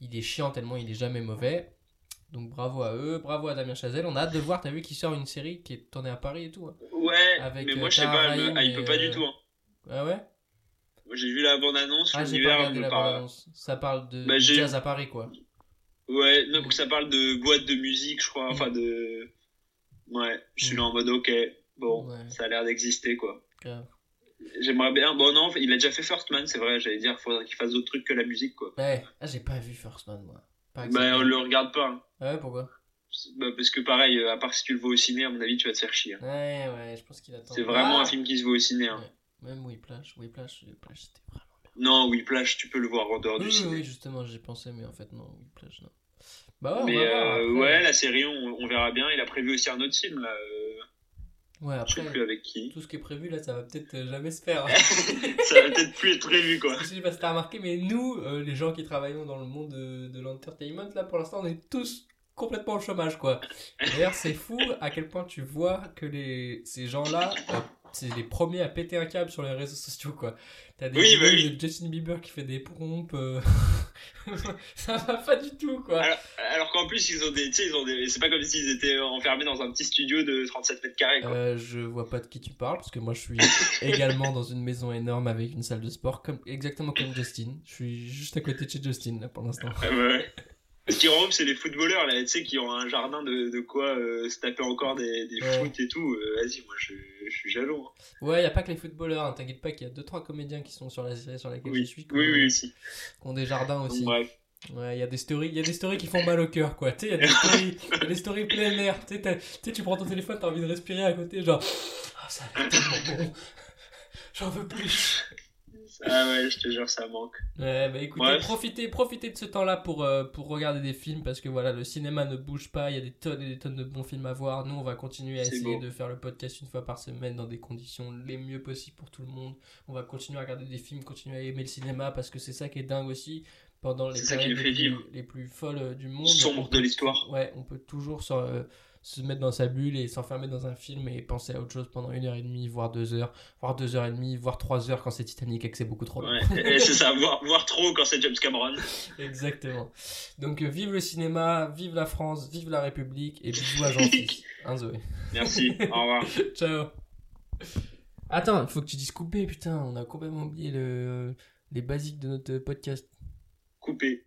Speaker 5: il est chiant tellement il est jamais mauvais. Donc bravo à eux, bravo à Damien Chazelle. On a hâte de voir, t'as vu qu'il sort une série qui est tournée à Paris et tout. hein.
Speaker 6: Ouais,
Speaker 5: Avec,
Speaker 6: mais
Speaker 5: euh,
Speaker 6: moi je sais
Speaker 5: Tara
Speaker 6: pas, elle, me-
Speaker 5: Reid
Speaker 6: elle
Speaker 5: et,
Speaker 6: peut pas
Speaker 5: euh,
Speaker 6: du tout. hein.
Speaker 5: Ah ouais
Speaker 6: Moi, J'ai vu la bande-annonce,
Speaker 5: Ah j'ai pas
Speaker 6: l'univers
Speaker 5: regardé
Speaker 6: me
Speaker 5: la
Speaker 6: parle.
Speaker 5: bande-annonce. Ça parle de
Speaker 6: Bah, j'ai-
Speaker 5: jazz à Paris quoi.
Speaker 6: Ouais, donc ça parle de boîte de musique, je crois. Enfin, de. Ouais, je suis là en mode ok, bon,
Speaker 5: Ouais.
Speaker 6: ça a l'air d'exister quoi.
Speaker 5: Grave.
Speaker 6: J'aimerais bien. Bon, non, il a déjà fait First Man, c'est vrai, j'allais dire, faudrait qu'il fasse d'autres trucs que la musique quoi.
Speaker 5: Ouais. Ah j'ai pas vu First Man moi. Par exemple.
Speaker 6: Bah, on le regarde pas. hein.
Speaker 5: Ah ouais pourquoi
Speaker 6: Bah, parce que pareil, euh, à part si tu le vois au ciné, à mon avis, tu vas te faire chier. hein.
Speaker 5: Ouais ouais je pense qu'il attend.
Speaker 6: C'est vraiment
Speaker 5: Ah
Speaker 6: un film qui se voit au ciné. hein.
Speaker 5: Ouais. Même Whiplash, Whiplash, euh, Whiplash c'était vraiment bien.
Speaker 6: Non, Whiplash, tu peux le voir en dehors du
Speaker 5: Oui,
Speaker 6: ciné.
Speaker 5: oui, justement j'y pensais mais en fait non Whiplash non. Bah ouais. on
Speaker 6: Mais
Speaker 5: va voir,
Speaker 6: euh,
Speaker 5: après.
Speaker 6: ouais, la série, on, on verra bien. Il a prévu aussi un autre film, là. euh,
Speaker 5: Ouais
Speaker 6: je sais
Speaker 5: après
Speaker 6: plus avec qui.
Speaker 5: tout ce qui est prévu là ça va peut-être euh, jamais se faire.
Speaker 6: Ça va peut-être plus être prévu, quoi.
Speaker 5: Je sais pas si t'as remarqué, mais nous, euh, les gens qui travaillons dans le monde de, de l'entertainment, là pour l'instant, on est tous complètement au chômage, quoi. D'ailleurs, c'est fou à quel point tu vois que les, ces gens-là, euh, c'est les premiers à péter un câble sur les réseaux sociaux, quoi. T'as des
Speaker 6: Oui,
Speaker 5: vidéos
Speaker 6: bah oui.
Speaker 5: de Justin Bieber qui fait des pompes. euh, Ça va pas du tout, quoi.
Speaker 6: Alors qu'en plus, ils ont des. Tu sais, ils ont des. C'est pas comme s'ils étaient enfermés dans un petit studio de 37 mètres carrés, quoi.
Speaker 5: Euh, je vois pas de qui tu parles parce que moi je suis également dans une maison énorme avec une salle de sport comme exactement comme Justin. Je suis juste à côté de chez Justin là pour l'instant.
Speaker 6: Ouais, ouais. Ce qui rend ouf, c'est les footballeurs, là, tu sais, qui ont un jardin de, de quoi euh, se taper encore des, des
Speaker 5: Ouais.
Speaker 6: foot et tout. Euh, Vas-y, moi, je, je suis jaloux. hein.
Speaker 5: Ouais, y a pas que les footballeurs, hein, t'inquiète pas qu'il y a 2-3 comédiens qui sont sur la série sur laquelle je
Speaker 6: Oui,
Speaker 5: suis, qui,
Speaker 6: oui,
Speaker 5: ont,
Speaker 6: oui, aussi.
Speaker 5: qui ont des jardins
Speaker 6: Donc,
Speaker 5: aussi.
Speaker 6: bref.
Speaker 5: Ouais, y a des stories, y a des stories qui font mal au cœur, quoi. Tu sais, y a des stories, y a des stories plein air. Tu sais, t'as- tu sais, tu prends ton téléphone, t'as envie de respirer à côté, genre, ah, ça a l'air tellement bon. J'en veux plus.
Speaker 6: Ah ouais, je te jure, ça manque.
Speaker 5: Ouais, bah écoutez,
Speaker 6: Bref.
Speaker 5: profitez, profitez de ce temps-là pour, euh, pour regarder des films parce que voilà, le cinéma ne bouge pas, il y a des tonnes et des tonnes de bons films à voir. Nous, on va continuer à
Speaker 6: C'est
Speaker 5: essayer
Speaker 6: beau.
Speaker 5: de faire le podcast une fois par semaine dans des conditions les mieux possibles pour tout le monde. On va continuer à regarder des films, continuer à aimer le cinéma parce que c'est ça qui est dingue aussi. Pendant les
Speaker 6: C'est ça qui
Speaker 5: périodes
Speaker 6: nous
Speaker 5: les
Speaker 6: fait
Speaker 5: plus,
Speaker 6: vivre.
Speaker 5: les plus folles euh, du monde.
Speaker 6: Sombre
Speaker 5: on peut-
Speaker 6: de l'histoire.
Speaker 5: Ouais, on peut toujours se, euh, se mettre dans sa bulle et s'enfermer dans un film et penser à autre chose pendant une heure et demie, voire deux heures, voire deux heures et demie, voire trois heures quand c'est Titanic et que c'est beaucoup trop long.
Speaker 6: Ouais, et- et c'est ça, voir, voir trop quand c'est James Cameron.
Speaker 5: Exactement. Donc euh, vive le cinéma, vive la France, vive la République et bisous à Jean-Fils. Hein Zoé
Speaker 6: Merci, au revoir.
Speaker 5: Ciao. Attends, il faut que tu dises euh, couper, putain, on a complètement oublié le, les basiques de notre podcast.
Speaker 6: Coupé.